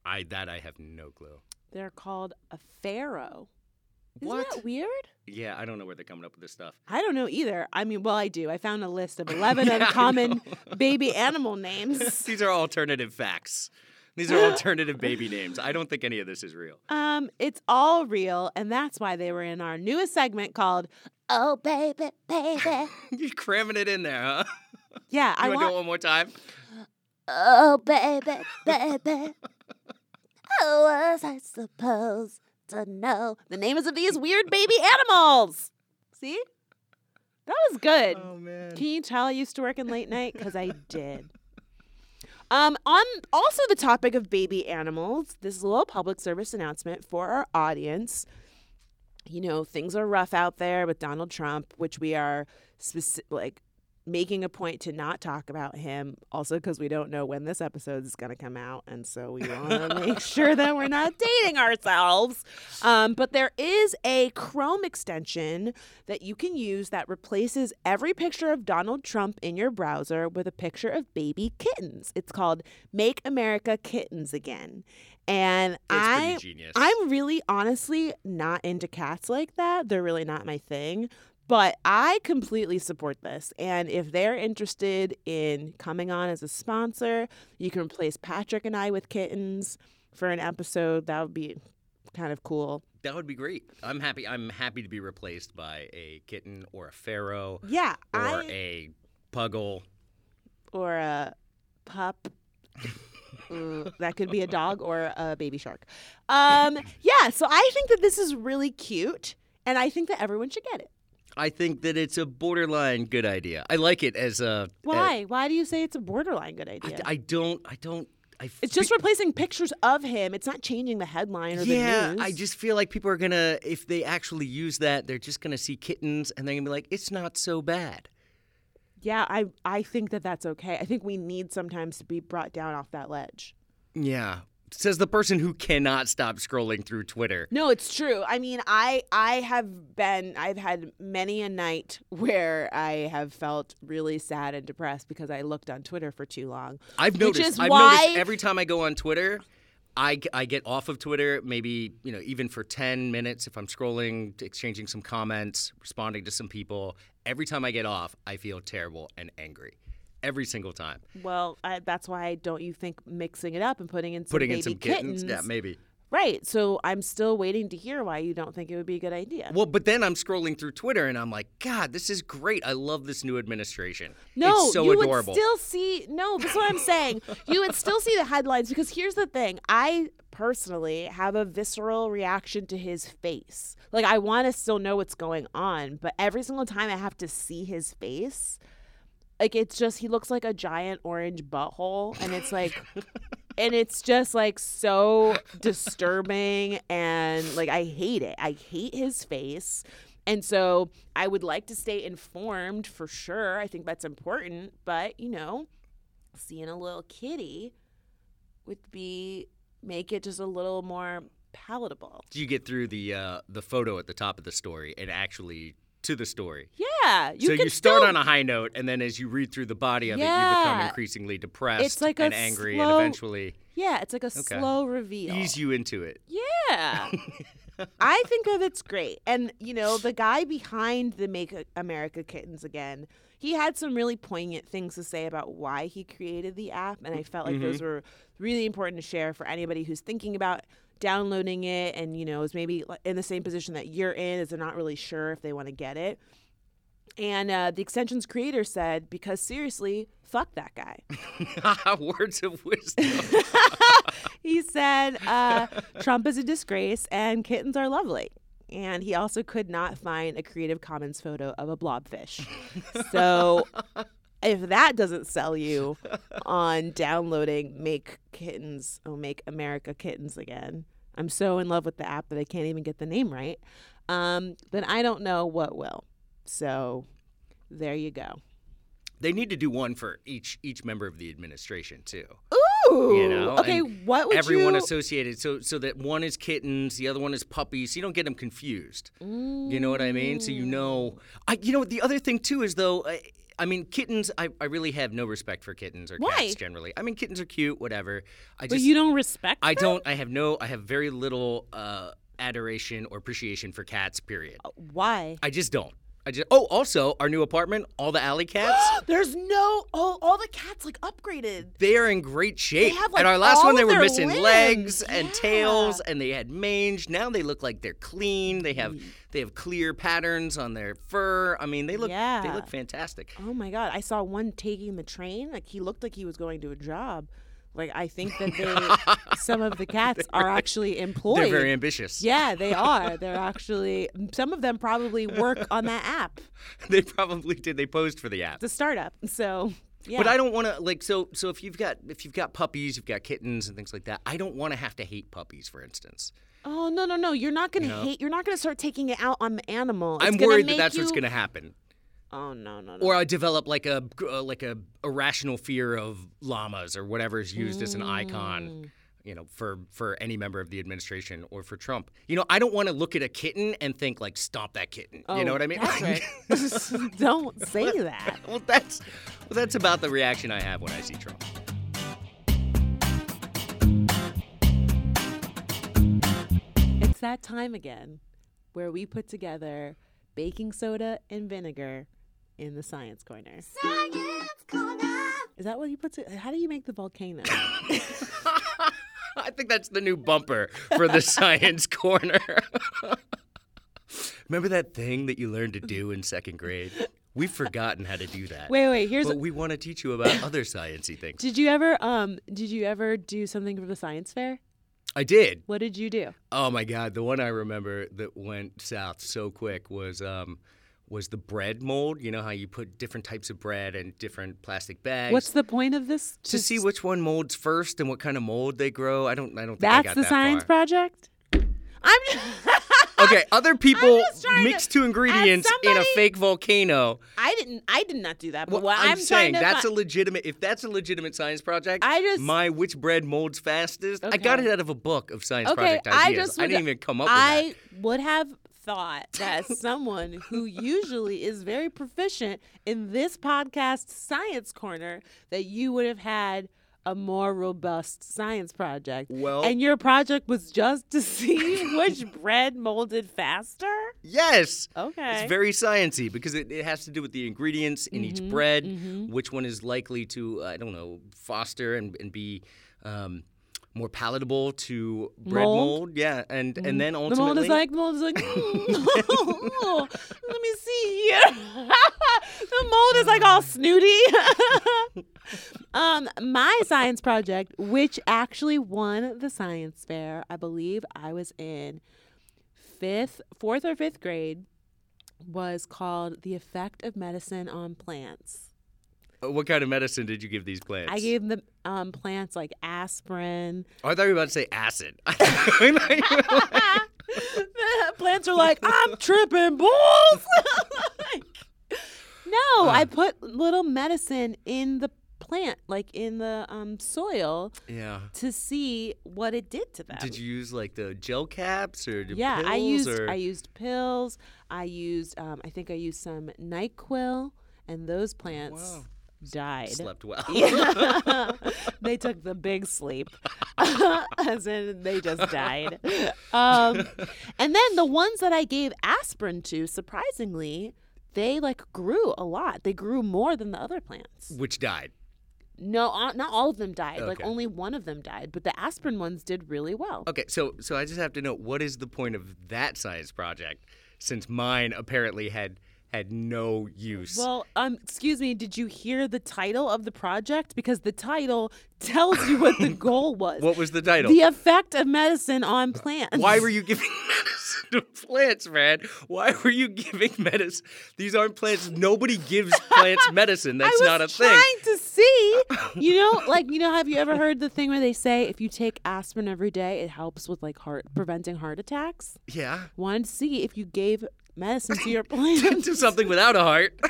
A: I that I have no clue.
B: They're called a pharaoh. Isn't
A: What?
B: that weird?
A: Yeah, I don't know where they're coming up with this stuff.
B: I don't know either. I mean, well, I do. I found a list of 11
A: Yeah, I
B: uncommon baby animal names.
A: These are alternative facts. These are alternative baby names. I don't think any of this is real.
B: Um, it's all real, and that's why they were in our newest segment called
E: Oh, baby, baby.
A: You're cramming it in there, huh?
B: Yeah,
A: You
B: I
A: want to do it
B: want
A: one more time?
E: Oh, baby, baby. How was I supposed to know?
B: the names of these weird baby animals. See? That was good.
A: Oh, man.
B: Can you tell I used to work in late night? Because I did. Um, on also the topic of baby animals, this is a little public service announcement for our audience. You know, things are rough out there with Donald Trump, which we are specific, like making a point to not talk about him. Also, because we don't know when this episode is going to come out, and so we want to make sure that we're not dating ourselves. Um, but there is a Chrome extension that you can use that replaces every picture of Donald Trump in your browser with a picture of baby kittens. It's called Make America Kittens Again. And
A: That's
B: I
A: pretty genius.
B: I'm really honestly not into cats like that. They're really not my thing. But I completely support this. And if they're interested in coming on as a sponsor, you can replace Patrick and I with kittens for an episode. That would be kind of cool.
A: that would be great. I'm happy. I'm happy to be replaced by a kitten or a pharaoh
B: Yeah.
A: or
B: I,
A: a puggle.
B: or a pup. Uh, that could be a dog or a baby shark. Um, yeah, so I think that this is really cute, and I think that everyone should get it.
A: I think that it's a borderline good idea. I like it as a
B: Why? Why do you say it's a borderline good idea?
A: I, I don't. I don't. I
B: it's just replacing pictures of him. It's not changing the headline or
A: yeah,
B: the news.
A: I just feel like people are gonna, if they actually use that, they're just gonna see kittens and they're gonna be like, it's not so bad.
B: yeah, I I think that that's okay. I think we need sometimes to be brought down off that ledge.
A: Yeah. Says the person who cannot stop scrolling through Twitter.
B: No, it's true. I mean, I I have been I've had many a night where I have felt really sad and depressed because I looked on Twitter for too long.
A: I've
B: Which
A: noticed.
B: is
A: I've
B: why-
A: noticed every time I go on Twitter, I, g- I get off of Twitter maybe you know even for ten minutes if I'm scrolling, exchanging some comments, responding to some people. Every time I get off, I feel terrible and angry. Every single time.
B: Well, I, that's why don't you think mixing it up and putting in some
A: Putting
B: baby
A: in some kittens. Yeah, maybe.
B: right? So I'm still waiting to hear why you don't think it would be a good idea.
A: Well, but then I'm scrolling through Twitter and I'm like, God, this is great. I love this new administration.
B: No,
A: it's so
B: you
A: adorable.
B: would still see. No, that's what I'm saying. you would still see the headlines because here's the thing. I personally have a visceral reaction to his face. Like I want to still know what's going on, but every single time I have to see his face, like it's just he looks like a giant orange butthole, and it's like. And it's just like so disturbing, and like I hate it. I hate his face. And so I would like to stay informed for sure. I think that's important. But, you know, seeing a little kitty would be make it just a little more palatable.
A: you get through the uh, the photo at the top of the story and actually to the story.
B: Yeah, you
A: so
B: can
A: you start
B: still-
A: on a high note, and then as you read through the body of it, you become
B: Yeah.
A: increasingly depressed
B: like a
A: and angry,
B: slow-
A: and eventually
B: yeah. It's like a
A: Okay.
B: slow reveal.
A: ease you into it.
B: Yeah. I think that it's great. And, you know, the guy behind the Make America Kittens again, he had some really poignant things to say about why he created the app. And I felt like those were really important to share for anybody who's thinking about downloading it and, you know, is maybe like, in the same position that you're in, is they're not really sure if they want to get it. And uh, the extension's creator said, because seriously, fuck that guy.
A: Words of wisdom.
B: he said uh, Trump is a disgrace and kittens are lovely. And he also could not find a Creative Commons photo of a blobfish. So if that doesn't sell you on downloading Make Kittens, oh, Make America Kittens again, I'm so in love with the app that I can't even get the name right, um, then I don't know what will. So there you go.
A: they need to do one for each each member of the administration too.
B: Ooh.
A: You know,
B: okay,
A: and
B: what would
A: everyone
B: you...
A: associated so so that one is kittens, the other one is puppies. So you don't get them confused. You know what I mean? So you know, I you know the other thing too is though. I, I mean, kittens. I, I really have no respect for kittens or
B: Why?
A: cats generally. I mean, kittens are cute, whatever. I
B: But
A: just
B: you don't respect
A: I
B: them?
A: don't. I have no. I have very little uh, adoration or appreciation for cats. Period.
B: Oh. Why?
A: I just don't. I just. Oh, also, our new apartment, all the alley cats.
B: There's no oh all the cats like upgraded.
A: They are in great shape.
B: have, like,
A: At our last
B: all
A: one, they
B: of
A: were
B: their
A: missing legs
B: limbs.
A: and
B: Yeah.
A: tails, and they had mange. Now they look like they're clean. They have
B: Mm.
A: they have clear patterns on their fur. I mean, they look they
B: Yeah.
A: look fantastic.
B: Oh my god, I saw one taking the train. Like he looked like he was going to a job. Like I think that they some of the cats are actually employed.
A: They're very ambitious.
B: yeah, they are. They're actually some of them probably work on that app.
A: they probably did. They posed for the app.
B: It's a startup. So yeah.
A: But I don't want to like so so if you've got if you've got puppies, you've got kittens and things like that. I don't want to have to hate puppies, for instance.
B: Oh no no no! You're not gonna hate. You're not gonna start taking it out on the animal. It's
A: I'm
B: gonna
A: worried that
B: make
A: that's what's
B: you-
A: going to happen,
B: Oh no no no!
A: or I develop like a uh, like a irrational fear of llamas or whatever is used as an
B: Mm.
A: icon. You know, for for any member of the administration or for Trump, you know, I don't want to look at a kitten and think like, "Stop that kitten." you know what I mean?
B: Oh, That's right. don't say that.
A: well, that's well, that's about the reaction I have when I see Trump.
B: It's that time again where we put together baking soda and vinegar in the science corner. Is that what you put to How do you make the volcano?
A: I think that's the new bumper for the science corner. Remember that thing that you learned to do in second grade? We've forgotten how to do that.
B: wait, wait, here's
A: but we want to teach you about other sciencey things.
B: Did you ever um did you ever do something for the science fair?
A: I did.
B: What did you do?
A: Oh my God, the one I remember that went south so quick was um, was the bread mold. You know how you put different types of bread in different plastic bags.
B: What's the point of this?
A: to see which one molds first and what kind of mold they grow. I don't. I don't think I
B: That's
A: got
B: the
A: that
B: science
A: far.
B: project? I'm
A: Okay, other people
B: just trying to-
A: mix two ingredients
B: as
A: in a
B: somebody-
A: fake volcano.
B: I didn't I did not do that.
A: Well,
B: But what
A: I'm,
B: I'm,
A: saying
B: trying to
A: that's
B: fi-
A: a legitimate. If that's a legitimate science project,
B: I just-
A: my which bread molds fastest. I got
B: Okay.
A: it out of a book of science
B: Okay,
A: project ideas.
B: I just would,
A: didn't even come up
B: I
A: with
B: would have thought that someone who usually is very proficient in this podcast science corner that you would have had a more robust science project.
A: Well-
B: and your project was just to see which bread molded faster.
A: that. Yes.
B: Okay.
A: It's very sciency because it, it has to do with the ingredients in
B: Mm-hmm,
A: each bread, which one is likely to uh, I don't know foster and and be um, more palatable to bread
B: Mold? Mm-hmm.
A: mold. Yeah, and and then
B: the
A: ultimately
B: mold is like, the mold is like, "Mm, let me see here. the mold is like all snooty. um, my science project, which actually won the science fair, I believe I was in fifth, fourth or fifth grade, was called "The Effect of Medicine on Plants."
A: uh, what kind of medicine did you give these plants? Oh,
B: I gave them um, plants like aspirin.
A: I thought you were about to say acid. I
B: plants are like, I'm tripping balls. no, I put little medicine in the plant like in the um, soil
A: Yeah.
B: to see what it did to them.
A: Did you use like the gel caps or the
B: yeah,
A: pills
B: I used
A: or
B: I used pills. I used um, I think I used some Nyquil, and those plants
A: wow.
B: died.
A: slept well?
B: they took the big sleep, as in they just died. Um, and then the ones that I gave aspirin to, surprisingly, they like grew a lot. They grew more than the other plants.
A: Which died.
B: No, uh, not all of them died. Like
A: Okay.
B: only one of them died, but the aspirin ones did really well.
A: Okay, so so I just have to know what is the point of that science project since mine apparently had had no use.
B: Well, um, excuse me, did you hear the title of the project? Because the title tells you what the goal was.
A: what was the title?
B: the effect of medicine on plants.
A: Why were you giving medicine to plants, man? Why were you giving medicine? These aren't plants. Nobody gives plants medicine. That's
B: I was
A: not a
B: trying
A: thing.
B: to see. You know, like you know, have you ever heard the thing where they say if you take aspirin every day, it helps with like heart preventing heart attacks?
A: Yeah.
B: Wanted to see if you gave medicine to your plant.
A: to something without a heart.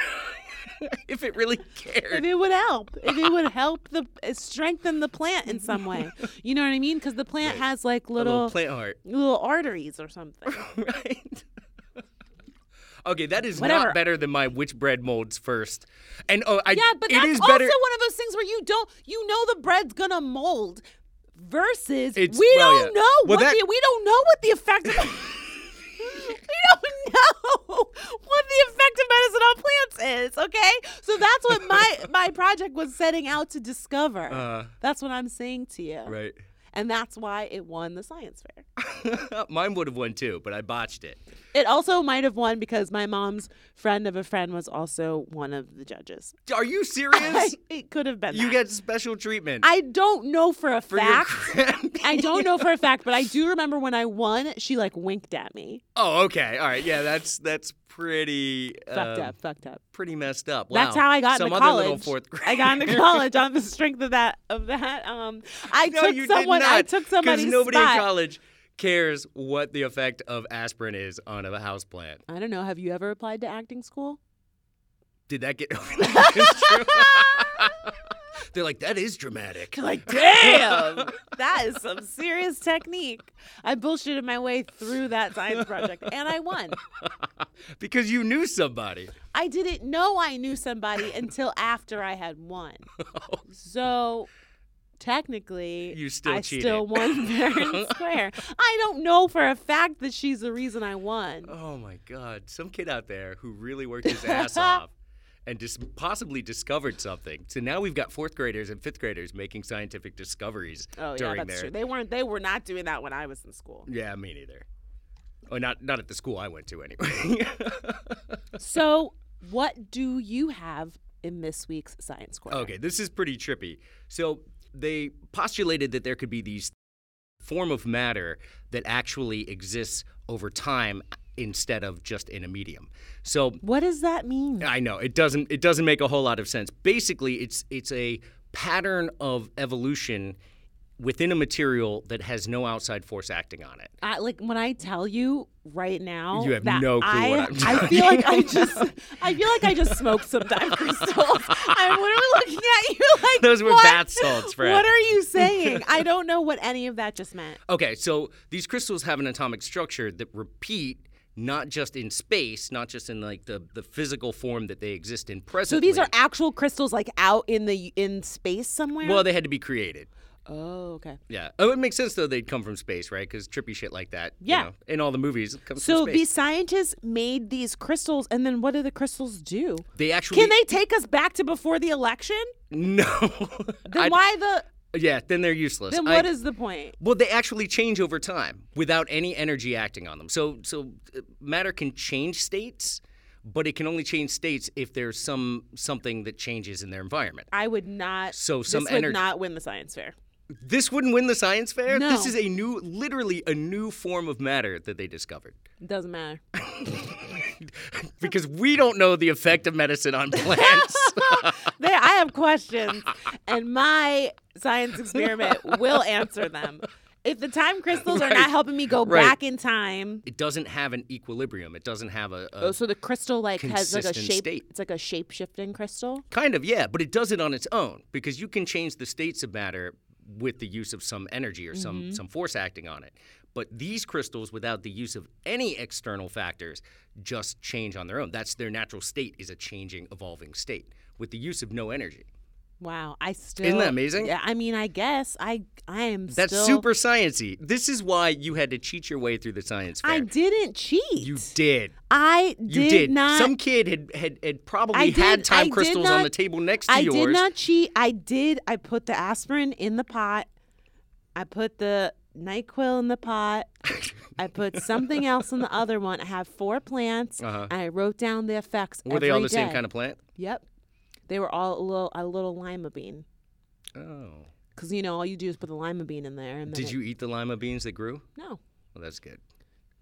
A: if it really cared.
B: If it would help, if it would help the uh, strengthen the plant in some way, you know what I mean? Because the plant has like
A: a
B: little
A: little plant heart,
B: little arteries or something.
A: right? okay, that is
B: Whatever.
A: not better than my which bread molds first. And oh, I
B: Yeah, but
A: it
B: that's
A: is
B: also
A: better.
B: one of those things where you don't you know the bread's gonna mold versus
A: It's-
B: we
A: well,
B: don't
A: yeah.
B: know
A: Well,
B: what
A: that-
B: the, we don't know what the effect of We don't know what the effect of medicine on plants is, okay? So that's what my my project was setting out to discover.
A: Uh,
B: that's what I'm saying to you.
A: right.
B: And that's why it won the science fair.
A: Mine would have won too, but I botched it.
B: It also might have won because my mom's friend of a friend was also one of the judges.
A: Are you serious?
B: it could have been
A: you
B: that.
A: get special treatment
B: I don't know for a
A: for
B: fact.
A: your crampy-
B: I don't know for a fact, but I do remember when I won, she like winked at me.
A: Oh, okay. All right. Yeah, that's that's pretty
B: Fucked
A: um,
B: up, fucked up.
A: Pretty messed up.
B: That's
A: Wow.
B: how I got
A: Some
B: into
A: other little
B: college.
A: fourth grade.
B: I got into college on the strength of that of that. Um, I
A: No,
B: took
A: you
B: someone.
A: did not.
B: I took
A: 'cause
B: somebody's
A: nobody
B: spot.
A: in college cares what the effect of aspirin is on a houseplant.
B: I don't know. Have you ever applied to acting school?
A: Did that get over the They're like, that is dramatic.
B: You're like, damn, that is some serious technique. I bullshitted my way through that science project, and I won.
A: because you knew somebody.
B: I didn't know I knew somebody until after I had won. So technically,
A: Oh. You still
B: I
A: cheated.
B: still won fair and square. I don't know for a fact that she's the reason I won.
A: Oh my God. Some kid out there who really worked his ass off and dis- possibly discovered something. So now we've got fourth graders and fifth graders making scientific discoveries
B: Oh yeah,
A: during
B: that's
A: their.
B: true. They weren't. They were not doing that when I was in school.
A: Yeah, me neither. Oh, not not at the school I went to anyway.
B: So, what do you have in this week's science corner?
A: Okay, this is pretty trippy. So they postulated that there could be these form of matter that actually exists over time instead of just in a medium. So
B: What does that mean?
A: I know it doesn't it doesn't make a whole lot of sense. Basically, it's it's a pattern of evolution within a material that has no outside force acting on it.
B: I, like when I tell you right now,
A: You have
B: that
A: no clue
B: I,
A: what I'm
B: I feel like I just, I feel like I just smoked some dime crystals. I'm literally looking at you like
A: Those were
B: what?
A: bath salts, Fran.
B: What are you saying? I don't know what any of that just meant.
A: Okay, so these crystals have an atomic structure that repeat not just in space, not just in like the, the physical form that they exist in
B: So
A: presently.
B: these are actual crystals, like out in the in space somewhere.
A: well, they had to be created.
B: oh, okay.
A: Yeah. Oh, it makes sense though they'd come from space, right? Because trippy shit like that. you
B: Yeah.
A: know, in all the movies, it comes
B: So
A: from space.
B: these scientists made these crystals, and then what do the crystals do?
A: they actually
B: Can they take us back to before the election?
A: no.
B: Then
A: I-
B: why the?
A: Yeah, then they're useless.
B: Then
A: I-
B: what is the point?
A: Well, they actually change over time without any energy acting on them. So, so uh, matter can change states, but it can only change states if there's some something that changes in their environment.
B: I would not.
A: So some
B: this would
A: energy-
B: not win the science fair.
A: This wouldn't win the science fair.
B: No.
A: This is a new, literally a new form of matter that they discovered.
B: Doesn't matter.
A: Because we don't know the effect of medicine on plants.
B: There, I have questions, and my science experiment will answer them. If the time crystals are not
A: Right.
B: helping me go
A: Right.
B: back in time,
A: It doesn't have an equilibrium. It doesn't have a, a
B: oh, so the crystal like has like a
A: consistent
B: shape.
A: state.
B: It's like a shape shifting crystal.
A: Kind of, yeah, but it does it on its own because you can change the states of matter with the use of some energy or
B: Mm-hmm.
A: some some force acting on it. But these crystals, without the use of any external factors, just change on their own. That's their natural state is a changing, evolving state with the use of no energy.
B: Wow, I still
A: that amazing?
B: Yeah, I mean, I guess I I am
A: That's
B: still-
A: super sciencey. This is why you had to cheat your way through the science fair.
B: I didn't cheat.
A: You did.
B: I
A: You
B: did, not.
A: Some kid had had, had probably
B: I
A: had
B: did- I
A: time
B: did
A: crystals on
B: not-
A: the table next to
B: I
A: yours.
B: did not cheat. I did. I put the aspirin in the pot. I put the Nyquil in the pot. I put something else in the other one. I have four plants,
A: Uh-huh.
B: and I wrote down the effects.
A: Were they all
B: every
A: the same
B: day.
A: kind of plant?
B: Yep, they were all a little a little lima bean.
A: Oh.
B: Cause you know all you do is put the lima bean in there. And then
A: Did
B: it-
A: you eat the lima beans that grew?
B: No,
A: Well, that's good.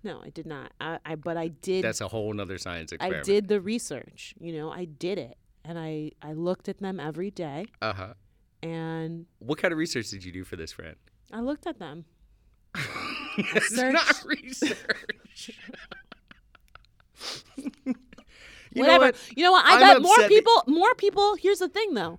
B: no, I did not. I, I but I did.
A: That's a whole nother science
B: I
A: experiment.
B: did the research. You know, I did it, and I I looked at them every day,
A: Uh huh.
B: and
A: What kind of research did you do for this, friend?
B: I looked at them.
A: It's not research. you know
B: Whatever.
A: what?
B: You know what? I
A: I'm
B: bet more
A: upset that-
B: people. More people. Here's the thing, though.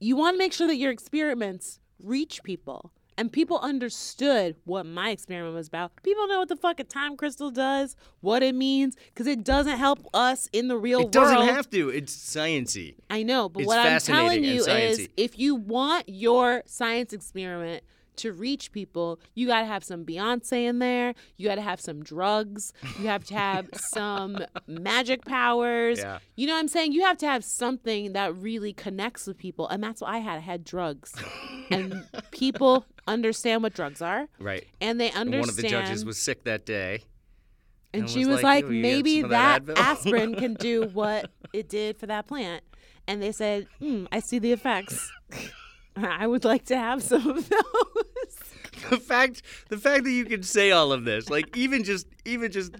B: You want to make sure that your experiments reach people, and people understood what my experiment was about. People know what the fuck a time crystal does, what it means, because it doesn't help us in the real
A: It
B: world.
A: doesn't have to. It's sciency.
B: I know, but
A: It's
B: what I'm
A: fascinating
B: telling
A: and
B: you is
A: sciencey.
B: if you want your science experiment to reach people, you got to have some Beyonce in there. You got to have some drugs. You have to have some magic powers.
A: Yeah.
B: You know what I'm saying? You have to have something that really connects with people. And that's what I had. I had drugs. and people understand what drugs are.
A: Right.
B: And they
A: And
B: understand.
A: One of the judges was sick that day.
B: And,
A: and
B: she
A: was
B: was
A: like,
B: like,
A: "Yo, you got
B: maybe
A: some of that
B: that,
A: Advil?"
B: aspirin can do what it did for that plant. And they said, hmm, I see the effects. I would like to have some of those.
A: The fact, the fact that you can say all of this, like even just, even just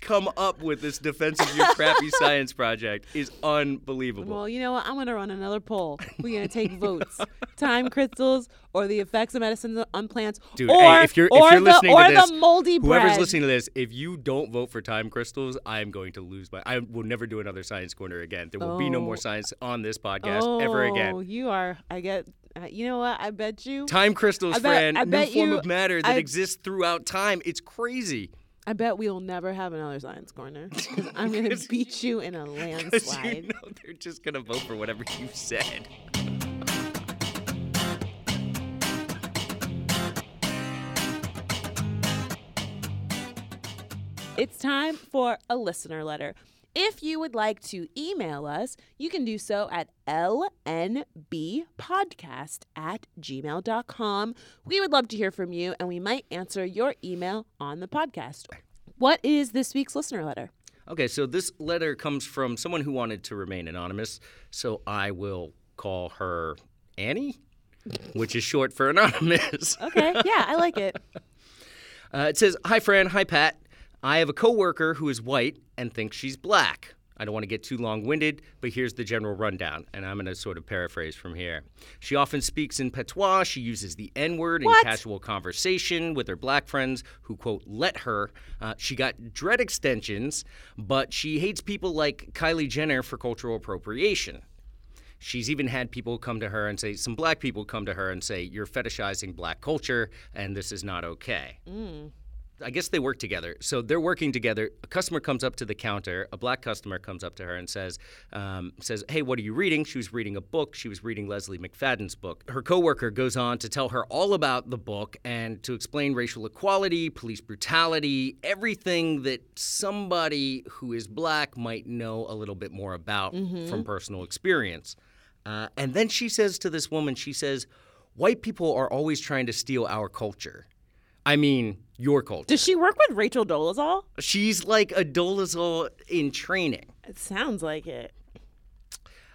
A: come up with this defense of your crappy science project, is unbelievable.
B: well, you know what? I'm going to run another poll. We're going to take votes. Time crystals or the effects of medicines on plants.
A: Dude,
B: or,
A: hey, if you're
B: or
A: if you're
B: the,
A: listening
B: or
A: to this,
B: the moldy
A: whoever's
B: bread.
A: listening to this, if you don't vote for time crystals, I am going to lose my. I will never do another science corner again. There will be no
B: Oh.
A: more science on this podcast
B: oh,
A: ever
B: Oh,
A: again.
B: you are. I get. Uh, you know what? I bet you.
A: Time crystals,
B: I bet-
A: friend,
B: I
A: a new
B: bet
A: form
B: you-
A: of matter that
B: I-
A: exists throughout time. It's crazy.
B: I bet we will never have another science corner. 'cause I'm going to beat you in a
A: 'Cause
B: landslide.
A: you know they're just gonna vote for whatever you said.
B: It's time for a listener letter. If you would like to email us, you can do so at lnbpodcast at gmail.com. We would love to hear from you, and we might answer your email on the podcast. What is this week's listener letter?
A: Okay, so this letter comes from someone who wanted to remain anonymous, so I will call her Annie, which is short for anonymous.
B: Okay, yeah, I like it.
A: Uh, it says, "Hi, Fran. Hi, Pat. I have a coworker who is white and thinks she's black. I don't want to get too long-winded, but here's the general rundown, and I'm going to sort of paraphrase from here. She often speaks in patois. She uses the N-word in casual conversation with her black friends, who quote let her. Uh, she got dread extensions, but she hates people like Kylie Jenner for cultural appropriation." She's even had people come to her and say, some black people come to her and say, you're fetishizing black culture and this is not okay. I guess they work together. So they're working together. A customer comes up to the counter. A black customer comes up to her and says, um, "says Hey, what are you reading?" She was reading a book. She was reading Leslie McFadden's book. Her coworker goes on to tell her all about the book and to explain racial equality, police brutality, everything that somebody who is black might know a little bit more about from personal experience. Uh, and then she says to this woman, she says, "White people are always trying to steal our culture." I mean, your culture.
B: Does she work with Rachel Dolezal?
A: She's like a dolazol in training.
B: It sounds like it.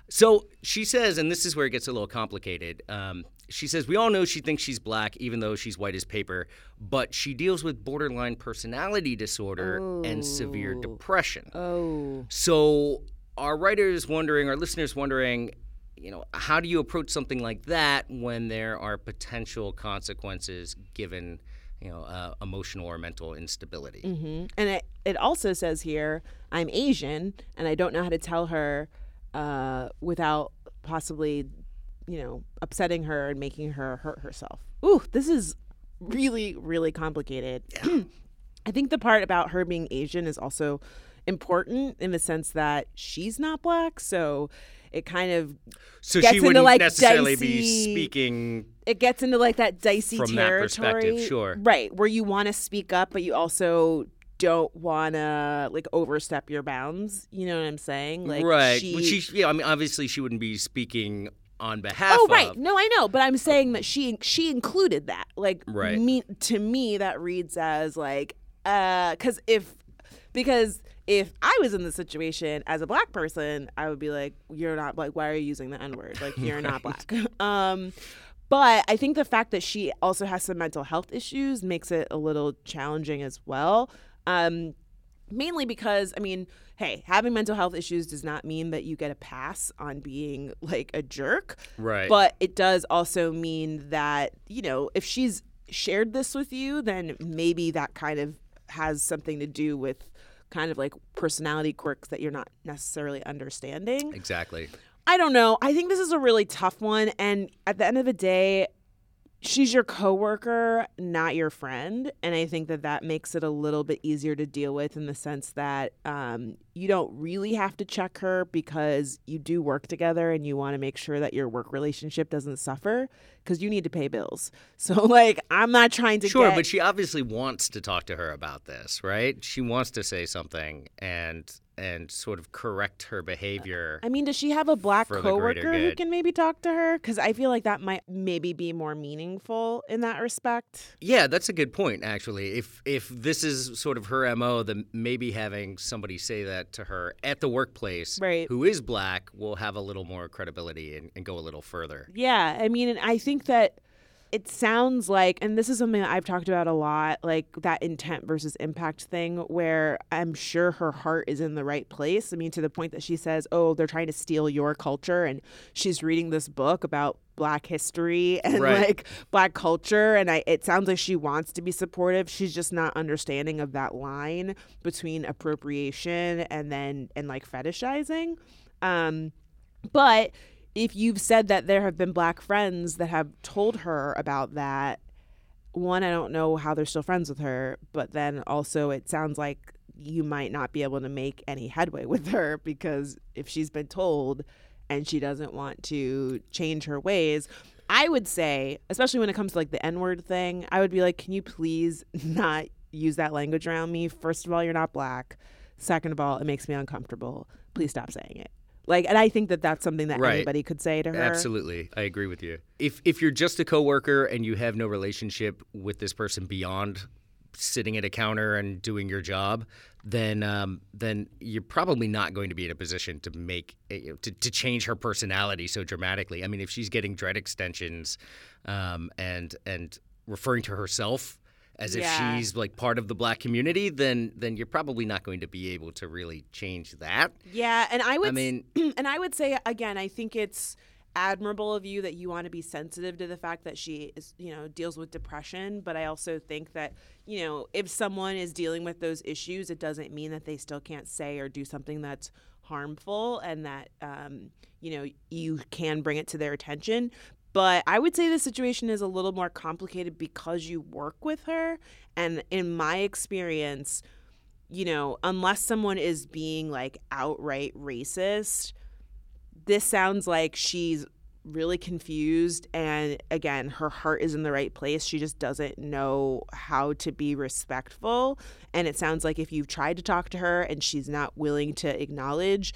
A: So she says, and this is where it gets a little complicated. Um, she says, We all know she thinks she's black, even though she's white as paper, but she deals with borderline personality disorder and severe depression.
B: Oh.
A: So our writers wondering, our listeners wondering, you know, how do you approach something like that when there are potential consequences given you know, uh, emotional or mental instability.
B: Mm. And it, it also says here, I'm Asian, and I don't know how to tell her uh, without possibly, you know, upsetting her and making her hurt herself. Ooh, this is really, really complicated. I think the part about her being Asian is also important in the sense that she's not black, so it kind of
A: So
B: Gets
A: she
B: into,
A: wouldn't
B: like,
A: necessarily
B: dicey-
A: be speaking.
B: it gets into like that dicey
A: From that
B: territory,
A: perspective, sure.
B: right? Where you want to speak up, but you also don't want to like overstep your bounds. You know what I'm saying? Like
A: right.
B: She,
A: Well, She, yeah, I mean, obviously, she wouldn't be speaking on behalf
B: oh,
A: of.
B: right. No, I know, but I'm saying that she she included that. Like
A: Right.
B: me to me that reads as like uh because if because if I was in this situation as a black person, I would be like, you're not like, why are you using the N word? Like you're not black. um. But I think the fact that she also has some mental health issues makes it a little challenging as well. Um, mainly because i mean hey having mental health issues does not mean that you get a pass on being like a jerk
A: Right.
B: but it does also mean that you know if she's shared this with you then maybe that kind of has something to do with kind of like personality quirks that you're not necessarily understanding
A: Exactly.
B: I don't know. I think this is a really tough one. And at the end of the day, she's your coworker, not your friend. And I think that that makes it a little bit easier to deal with in the sense that um, you don't really have to check her because you do work together and you want to make sure that your work relationship doesn't suffer because you need to pay bills. So, like, I'm not trying to
A: Sure,
B: get-
A: but she obviously wants to talk to her about this, right? She wants to say something and and sort of correct her behavior.
B: I mean, does she have a black
A: for the greater
B: coworker who
A: good.
B: can maybe talk to her? Because I feel like that might maybe be more meaningful in that respect.
A: yeah, that's a good point actually. If if this is sort of her MO, then maybe having somebody say that to her at the workplace
B: Right.
A: who is black will have a little more credibility and, and go a little further.
B: Yeah, I mean, and I think that it sounds like, and this is something that I've talked about a lot, like that intent versus impact thing, where I'm sure her heart is in the right place. I mean, to the point that she says, "Oh, they're trying to steal your culture," and she's reading this book about black history and
A: Right.
B: like black culture and I it sounds like she wants to be supportive she's just not understanding of that line between appropriation and then and like fetishizing um but if you've said that there have been black friends that have told her about that, one, I don't know how they're still friends with her, but then also it sounds like you might not be able to make any headway with her because if she's been told and she doesn't want to change her ways, I would say, especially when it comes to like the N word thing, I would be like, can you please not use that language around me? First of all, you're not black. Second of all, it makes me uncomfortable. Please stop saying it. Like, and I think that that's something that
A: Right.
B: anybody could say to her.
A: Absolutely. I agree with you. If if you're just a coworker and you have no relationship with this person beyond sitting at a counter and doing your job, then um, then you're probably not going to be in a position to make eh, you know, to, to change her personality so dramatically. I mean, if she's getting dread extensions um, and and referring to herself as
B: Yeah.
A: if she's like part of the black community, then then you're probably not going to be able to really change that.
B: Yeah, and I would.
A: I mean,
B: and I would say again, I think it's admirable of you that you want to be sensitive to the fact that she is, you know, deals with depression. But I also think that, you know, if someone is dealing with those issues, it doesn't mean that they still can't say or do something that's harmful, and that, um, you know, you can bring it to their attention. But I would say the situation is a little more complicated because you work with her. And in my experience, you know, unless someone is being like outright racist, this sounds like she's really confused. And again, her heart is in the right place. She just doesn't know how to be respectful. And it sounds like if you've tried to talk to her and she's not willing to acknowledge,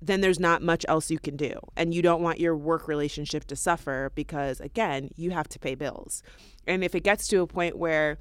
B: then there's not much else you can do. And you don't want your work relationship to suffer because, again, you have to pay bills. And if it gets to a point where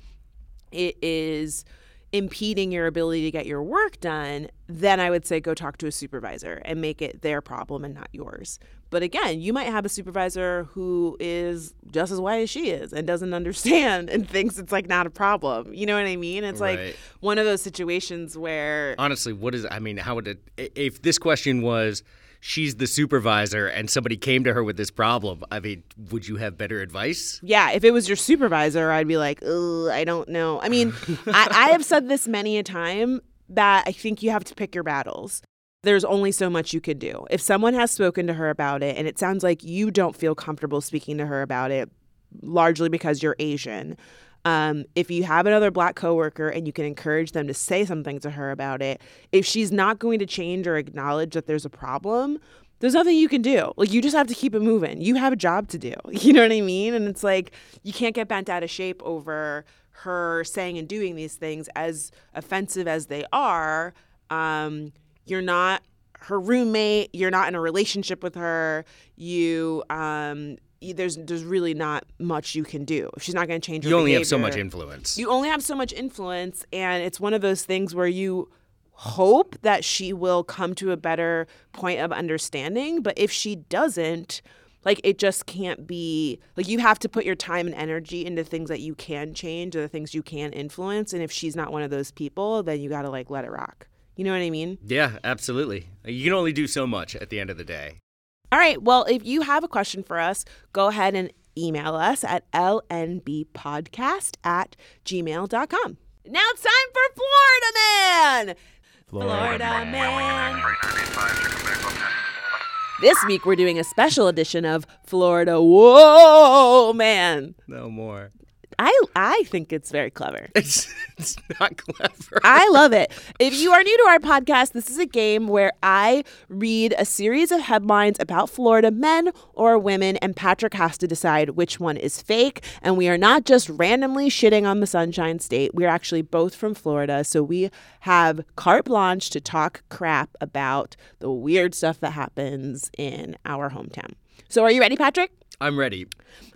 B: it is impeding your ability to get your work done, then I would say go talk to a supervisor and make it their problem and not yours. But again, you might have a supervisor who is just as white as she is and doesn't understand and thinks it's like not a problem. You know what I mean? It's like
A: Right.
B: one of those situations where
A: honestly, what is? I mean, how would it? i- If this question was, she's the supervisor and somebody came to her with this problem, I mean, would you have better advice?
B: Yeah, if it was your supervisor, I'd be like, Ugh, I don't know. I mean, I, I have said this many a time that I think you have to pick your battles. There's only so much you can do. If someone has spoken to her about it and it sounds like you don't feel comfortable speaking to her about it, largely because you're Asian, um, if you have another black coworker and you can encourage them to say something to her about it, if she's not going to change or acknowledge that there's a problem, there's nothing you can do. Like you just have to keep it moving. You have a job to do. You know what I mean? And it's like you can't get bent out of shape over her saying and doing these things as offensive as they are. Um, you're not her roommate. You're not in a relationship with her. You um, y- there's there's really not much you can do. If she's not going to change, her
A: You only have so much
B: behavior-
A: influence.
B: you only have so much influence, and it's one of those things where you hope that she will come to a better point of understanding. But if she doesn't, like it just can't be like you have to put your time and energy into things that you can change or the things you can influence. And if she's not one of those people, then you got to like let it rock. You know what I mean?
A: yeah, absolutely. You can only do so much at the end of the day.
B: All right. Well, if you have a question for us, go ahead and email us at lnbpodcast at gmail.com. Now it's time for Florida Man! Florida Man. This week we're doing a special edition of Florida Whoa Man.
A: No more.
B: I I think it's very clever.
A: It's, it's not clever.
B: I love it. If you are new to our podcast, this is a game where I read a series of headlines about Florida men or women, and Patrick has to decide which one is fake. And we are not just randomly shitting on the Sunshine State. We're actually both from Florida. So we have carte blanche to talk crap about the weird stuff that happens in our hometown. So are you ready, Patrick?
A: I'm ready.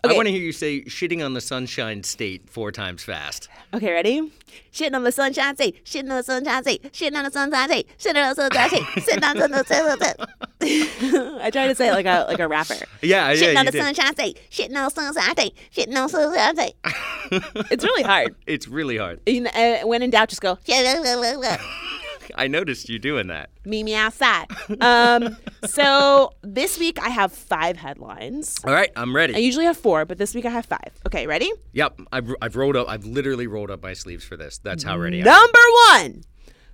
A: I want to hear you say shitting on the sunshine state four times fast.
B: Okay, ready?
E: Shitting on the sunshine state, shitting on the sunshine state, shitting on the sunshine state, shitting on the sunshine state, shitting on the sunshine state.
B: I try to say it like a like a rapper.
A: Yeah,
E: Shitting
A: yeah,
E: on
A: you
E: the
A: did.
E: sunshine state, shitting on the sunshine state, shitting on the sunshine state.
B: It's really hard.
A: It's really hard.
B: You know, uh, when in doubt, just go.
A: I noticed you doing that.
B: meet me outside. Um, so this week I have five headlines.
A: All right, I'm
B: I
A: ready.
B: usually have four, but this week I have five. Okay, ready?
A: Yep, I've, I've rolled up. I've literally rolled up my sleeves for this. That's how ready I am.
B: Number one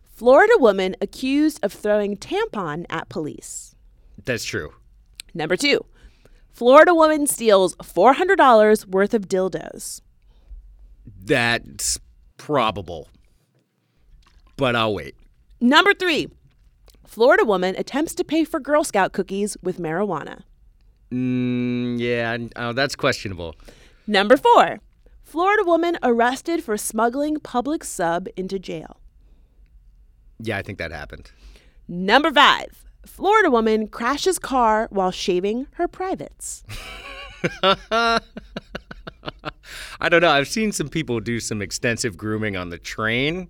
B: Florida woman accused of throwing tampon at police.
A: That's true.
B: Number two Florida woman steals $400 worth of dildos.
A: That's probable. But I'll wait.
B: Number three Florida woman attempts to pay for Girl Scout cookies with marijuana.
A: Mm, yeah, n- oh, that's questionable.
B: Number four Florida woman arrested for smuggling public sub into jail.
A: Yeah, I think that happened.
B: Number five, Florida woman crashes car while shaving her privates.
A: I don't know. I've seen some people do some extensive grooming on the train.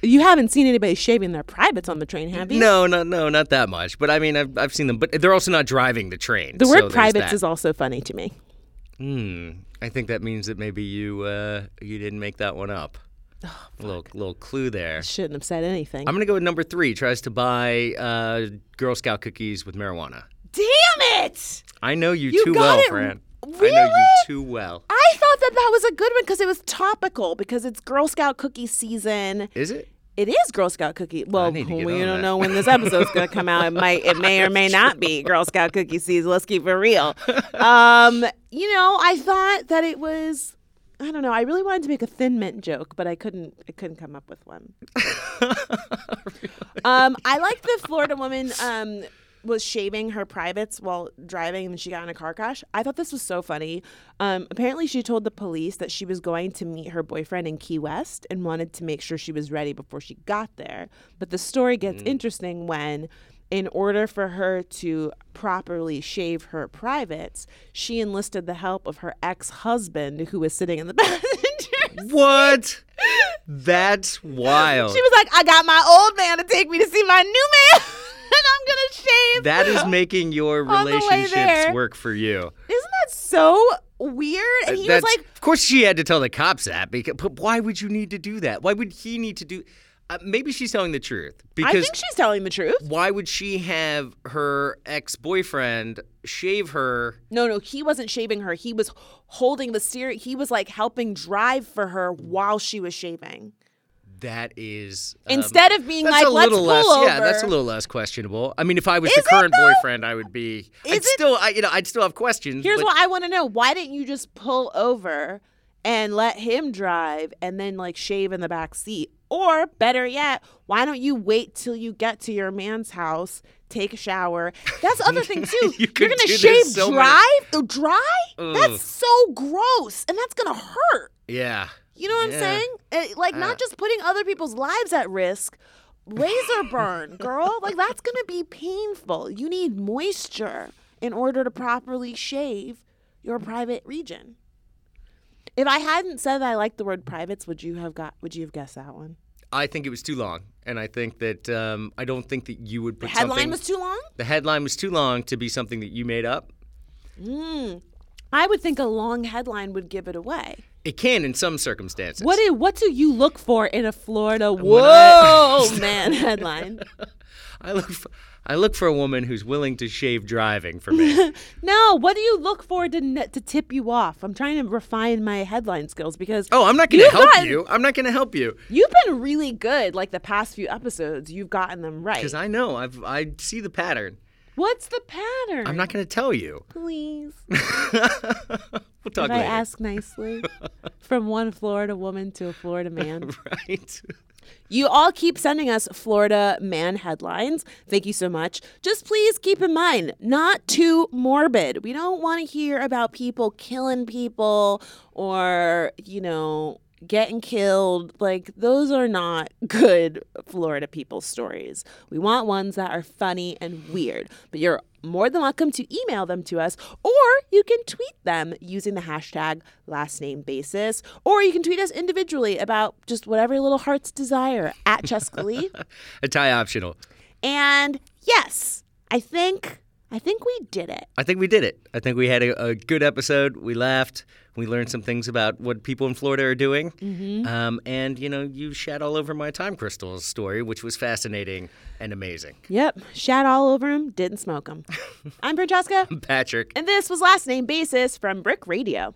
B: You haven't seen anybody shaving their privates on the train, have you?
A: No, no, no, not that much. But I mean, I've, I've seen them. But they're also not driving the train.
B: The
A: so
B: word
A: there's
B: privates
A: that.
B: is also funny to me.
A: I think that means that maybe you uh, you didn't make that one up.
B: Oh,
A: little little clue there.
B: Shouldn't have said anything.
A: I'm gonna go with number three. Tries to buy uh, Girl Scout cookies with marijuana.
B: Damn it!
A: I know you,
B: You
A: too
B: got
A: well,
B: it
A: Fran. I know
B: really?
A: you too well.
B: I thought that that was a good one because it was topical because it's Girl Scout cookie season.
A: Is it?
B: It is Girl Scout cookie. Well, we
A: need to
B: don't
A: get on that.
B: know when this episode's going to come out. It might, it may or may not be Girl Scout cookie season. Let's keep it real. Um, you know, I thought that it was. I don't know. I really wanted to make a thin mint joke, but I couldn't. I couldn't come up with one. um, I like the Florida woman um, was shaving her privates while driving, and she got in a car crash. I thought this was so funny. Um, apparently, she told the police that she was going to meet her boyfriend in Key West and wanted to make sure she was ready before she got there. But the story gets interesting when. In order for her to properly shave her privates, she enlisted the help of her ex husband, who was sitting in the passenger
A: What? That's wild.
B: she was like, I got my old man to take me to see my new man, and I'm gonna shave.
A: that is making your
B: On the way there.
A: relationships work for you.
B: Isn't that so weird? And he was
A: That's-
B: like,
A: of course she had to tell the cops that. Because, but why would you need to do that? Why would he need to do? uh, maybe she's telling the truth
B: I
A: because
B: think she's telling the truth.
A: why would she have her ex boyfriend shave her?
B: No, no, he wasn't shaving her. He was holding the steering. He was like helping drive for her while she was shaving.
A: That is um,
B: Instead of being
A: that's
B: like,
A: a
B: let's
A: little
B: pull
A: less.
B: over.
A: Yeah, that's a little less questionable. I mean, if I was
B: Is
A: the
B: it,
A: current
B: though?
A: boyfriend, I would be. I'd
B: Is it-
A: still, I, you know, I'd still have questions.
B: Here's
A: but
B: what I want to know: Why didn't you just pull over and let him drive, and then like shave in the back seat? Or better yet, why don't you wait till you get to your man's house, take a shower? That's the other thing too.
A: You
B: are
A: could
B: gonna
A: do this
B: shave
A: so many-
B: dry, Uh, dry.
A: Ugh.
B: That's so gross, and that's gonna hurt.
A: Yeah.
B: You know what
A: Yeah.
B: I'm saying? Uh, like not just putting other people's lives at risk. Razor burn, girl. Like that's gonna be painful. You need moisture in order to properly shave your private region. If I hadn't said that I like the word privates, would you have got? Would you have guessed that one?
A: I think it was too long, and I think that um, I don't think that you would put
B: Headline
A: something-
B: was too long.
A: the headline was too long to be something that you made up.
B: I would think a long headline would give it away.
A: It can in some circumstances.
B: What do What do you look for in a Florida
A: I-
B: whoa man headline?
A: I look for, I look for a woman who's willing to shave driving for me.
B: No, what do you look for to ne- to tip you off? I'm trying to refine my headline skills because
A: Oh, I'm not going to
B: You've
A: help
B: gotten-
A: you. I'm not going to help you
B: You've been really good like the past few episodes. You've gotten them right.
A: because I know I've I see the pattern.
B: What's the pattern?
A: I'm not going to tell you.
B: please.
A: We'll talk
B: If I
A: later.
B: ask nicely from one Florida woman to a Florida man.
A: right?
B: You all keep sending us Florida man headlines. Thank you so much. Just please keep in mind, not too morbid. We don't want to hear about people killing people or, you know, getting killed. Like, those are not good Florida people stories. We want ones that are funny and weird. But you're more than welcome to email them to us, or you can tweet them using the hashtag last name basis, or you can tweet us individually about just whatever your little heart's desire at Chescalee.
A: A tie optional.
B: and yes, I think I think we did it.
A: I think we did it. I think we had a, a good episode. We laughed. We learned some things about what people in Florida are doing. Um, and, you know, you shat all over my time crystals story, which was fascinating and amazing.
B: Yep, shat all over him, didn't smoke him. I'm Francesca,
A: Patrick.
B: and this was last name basis from Brick Radio.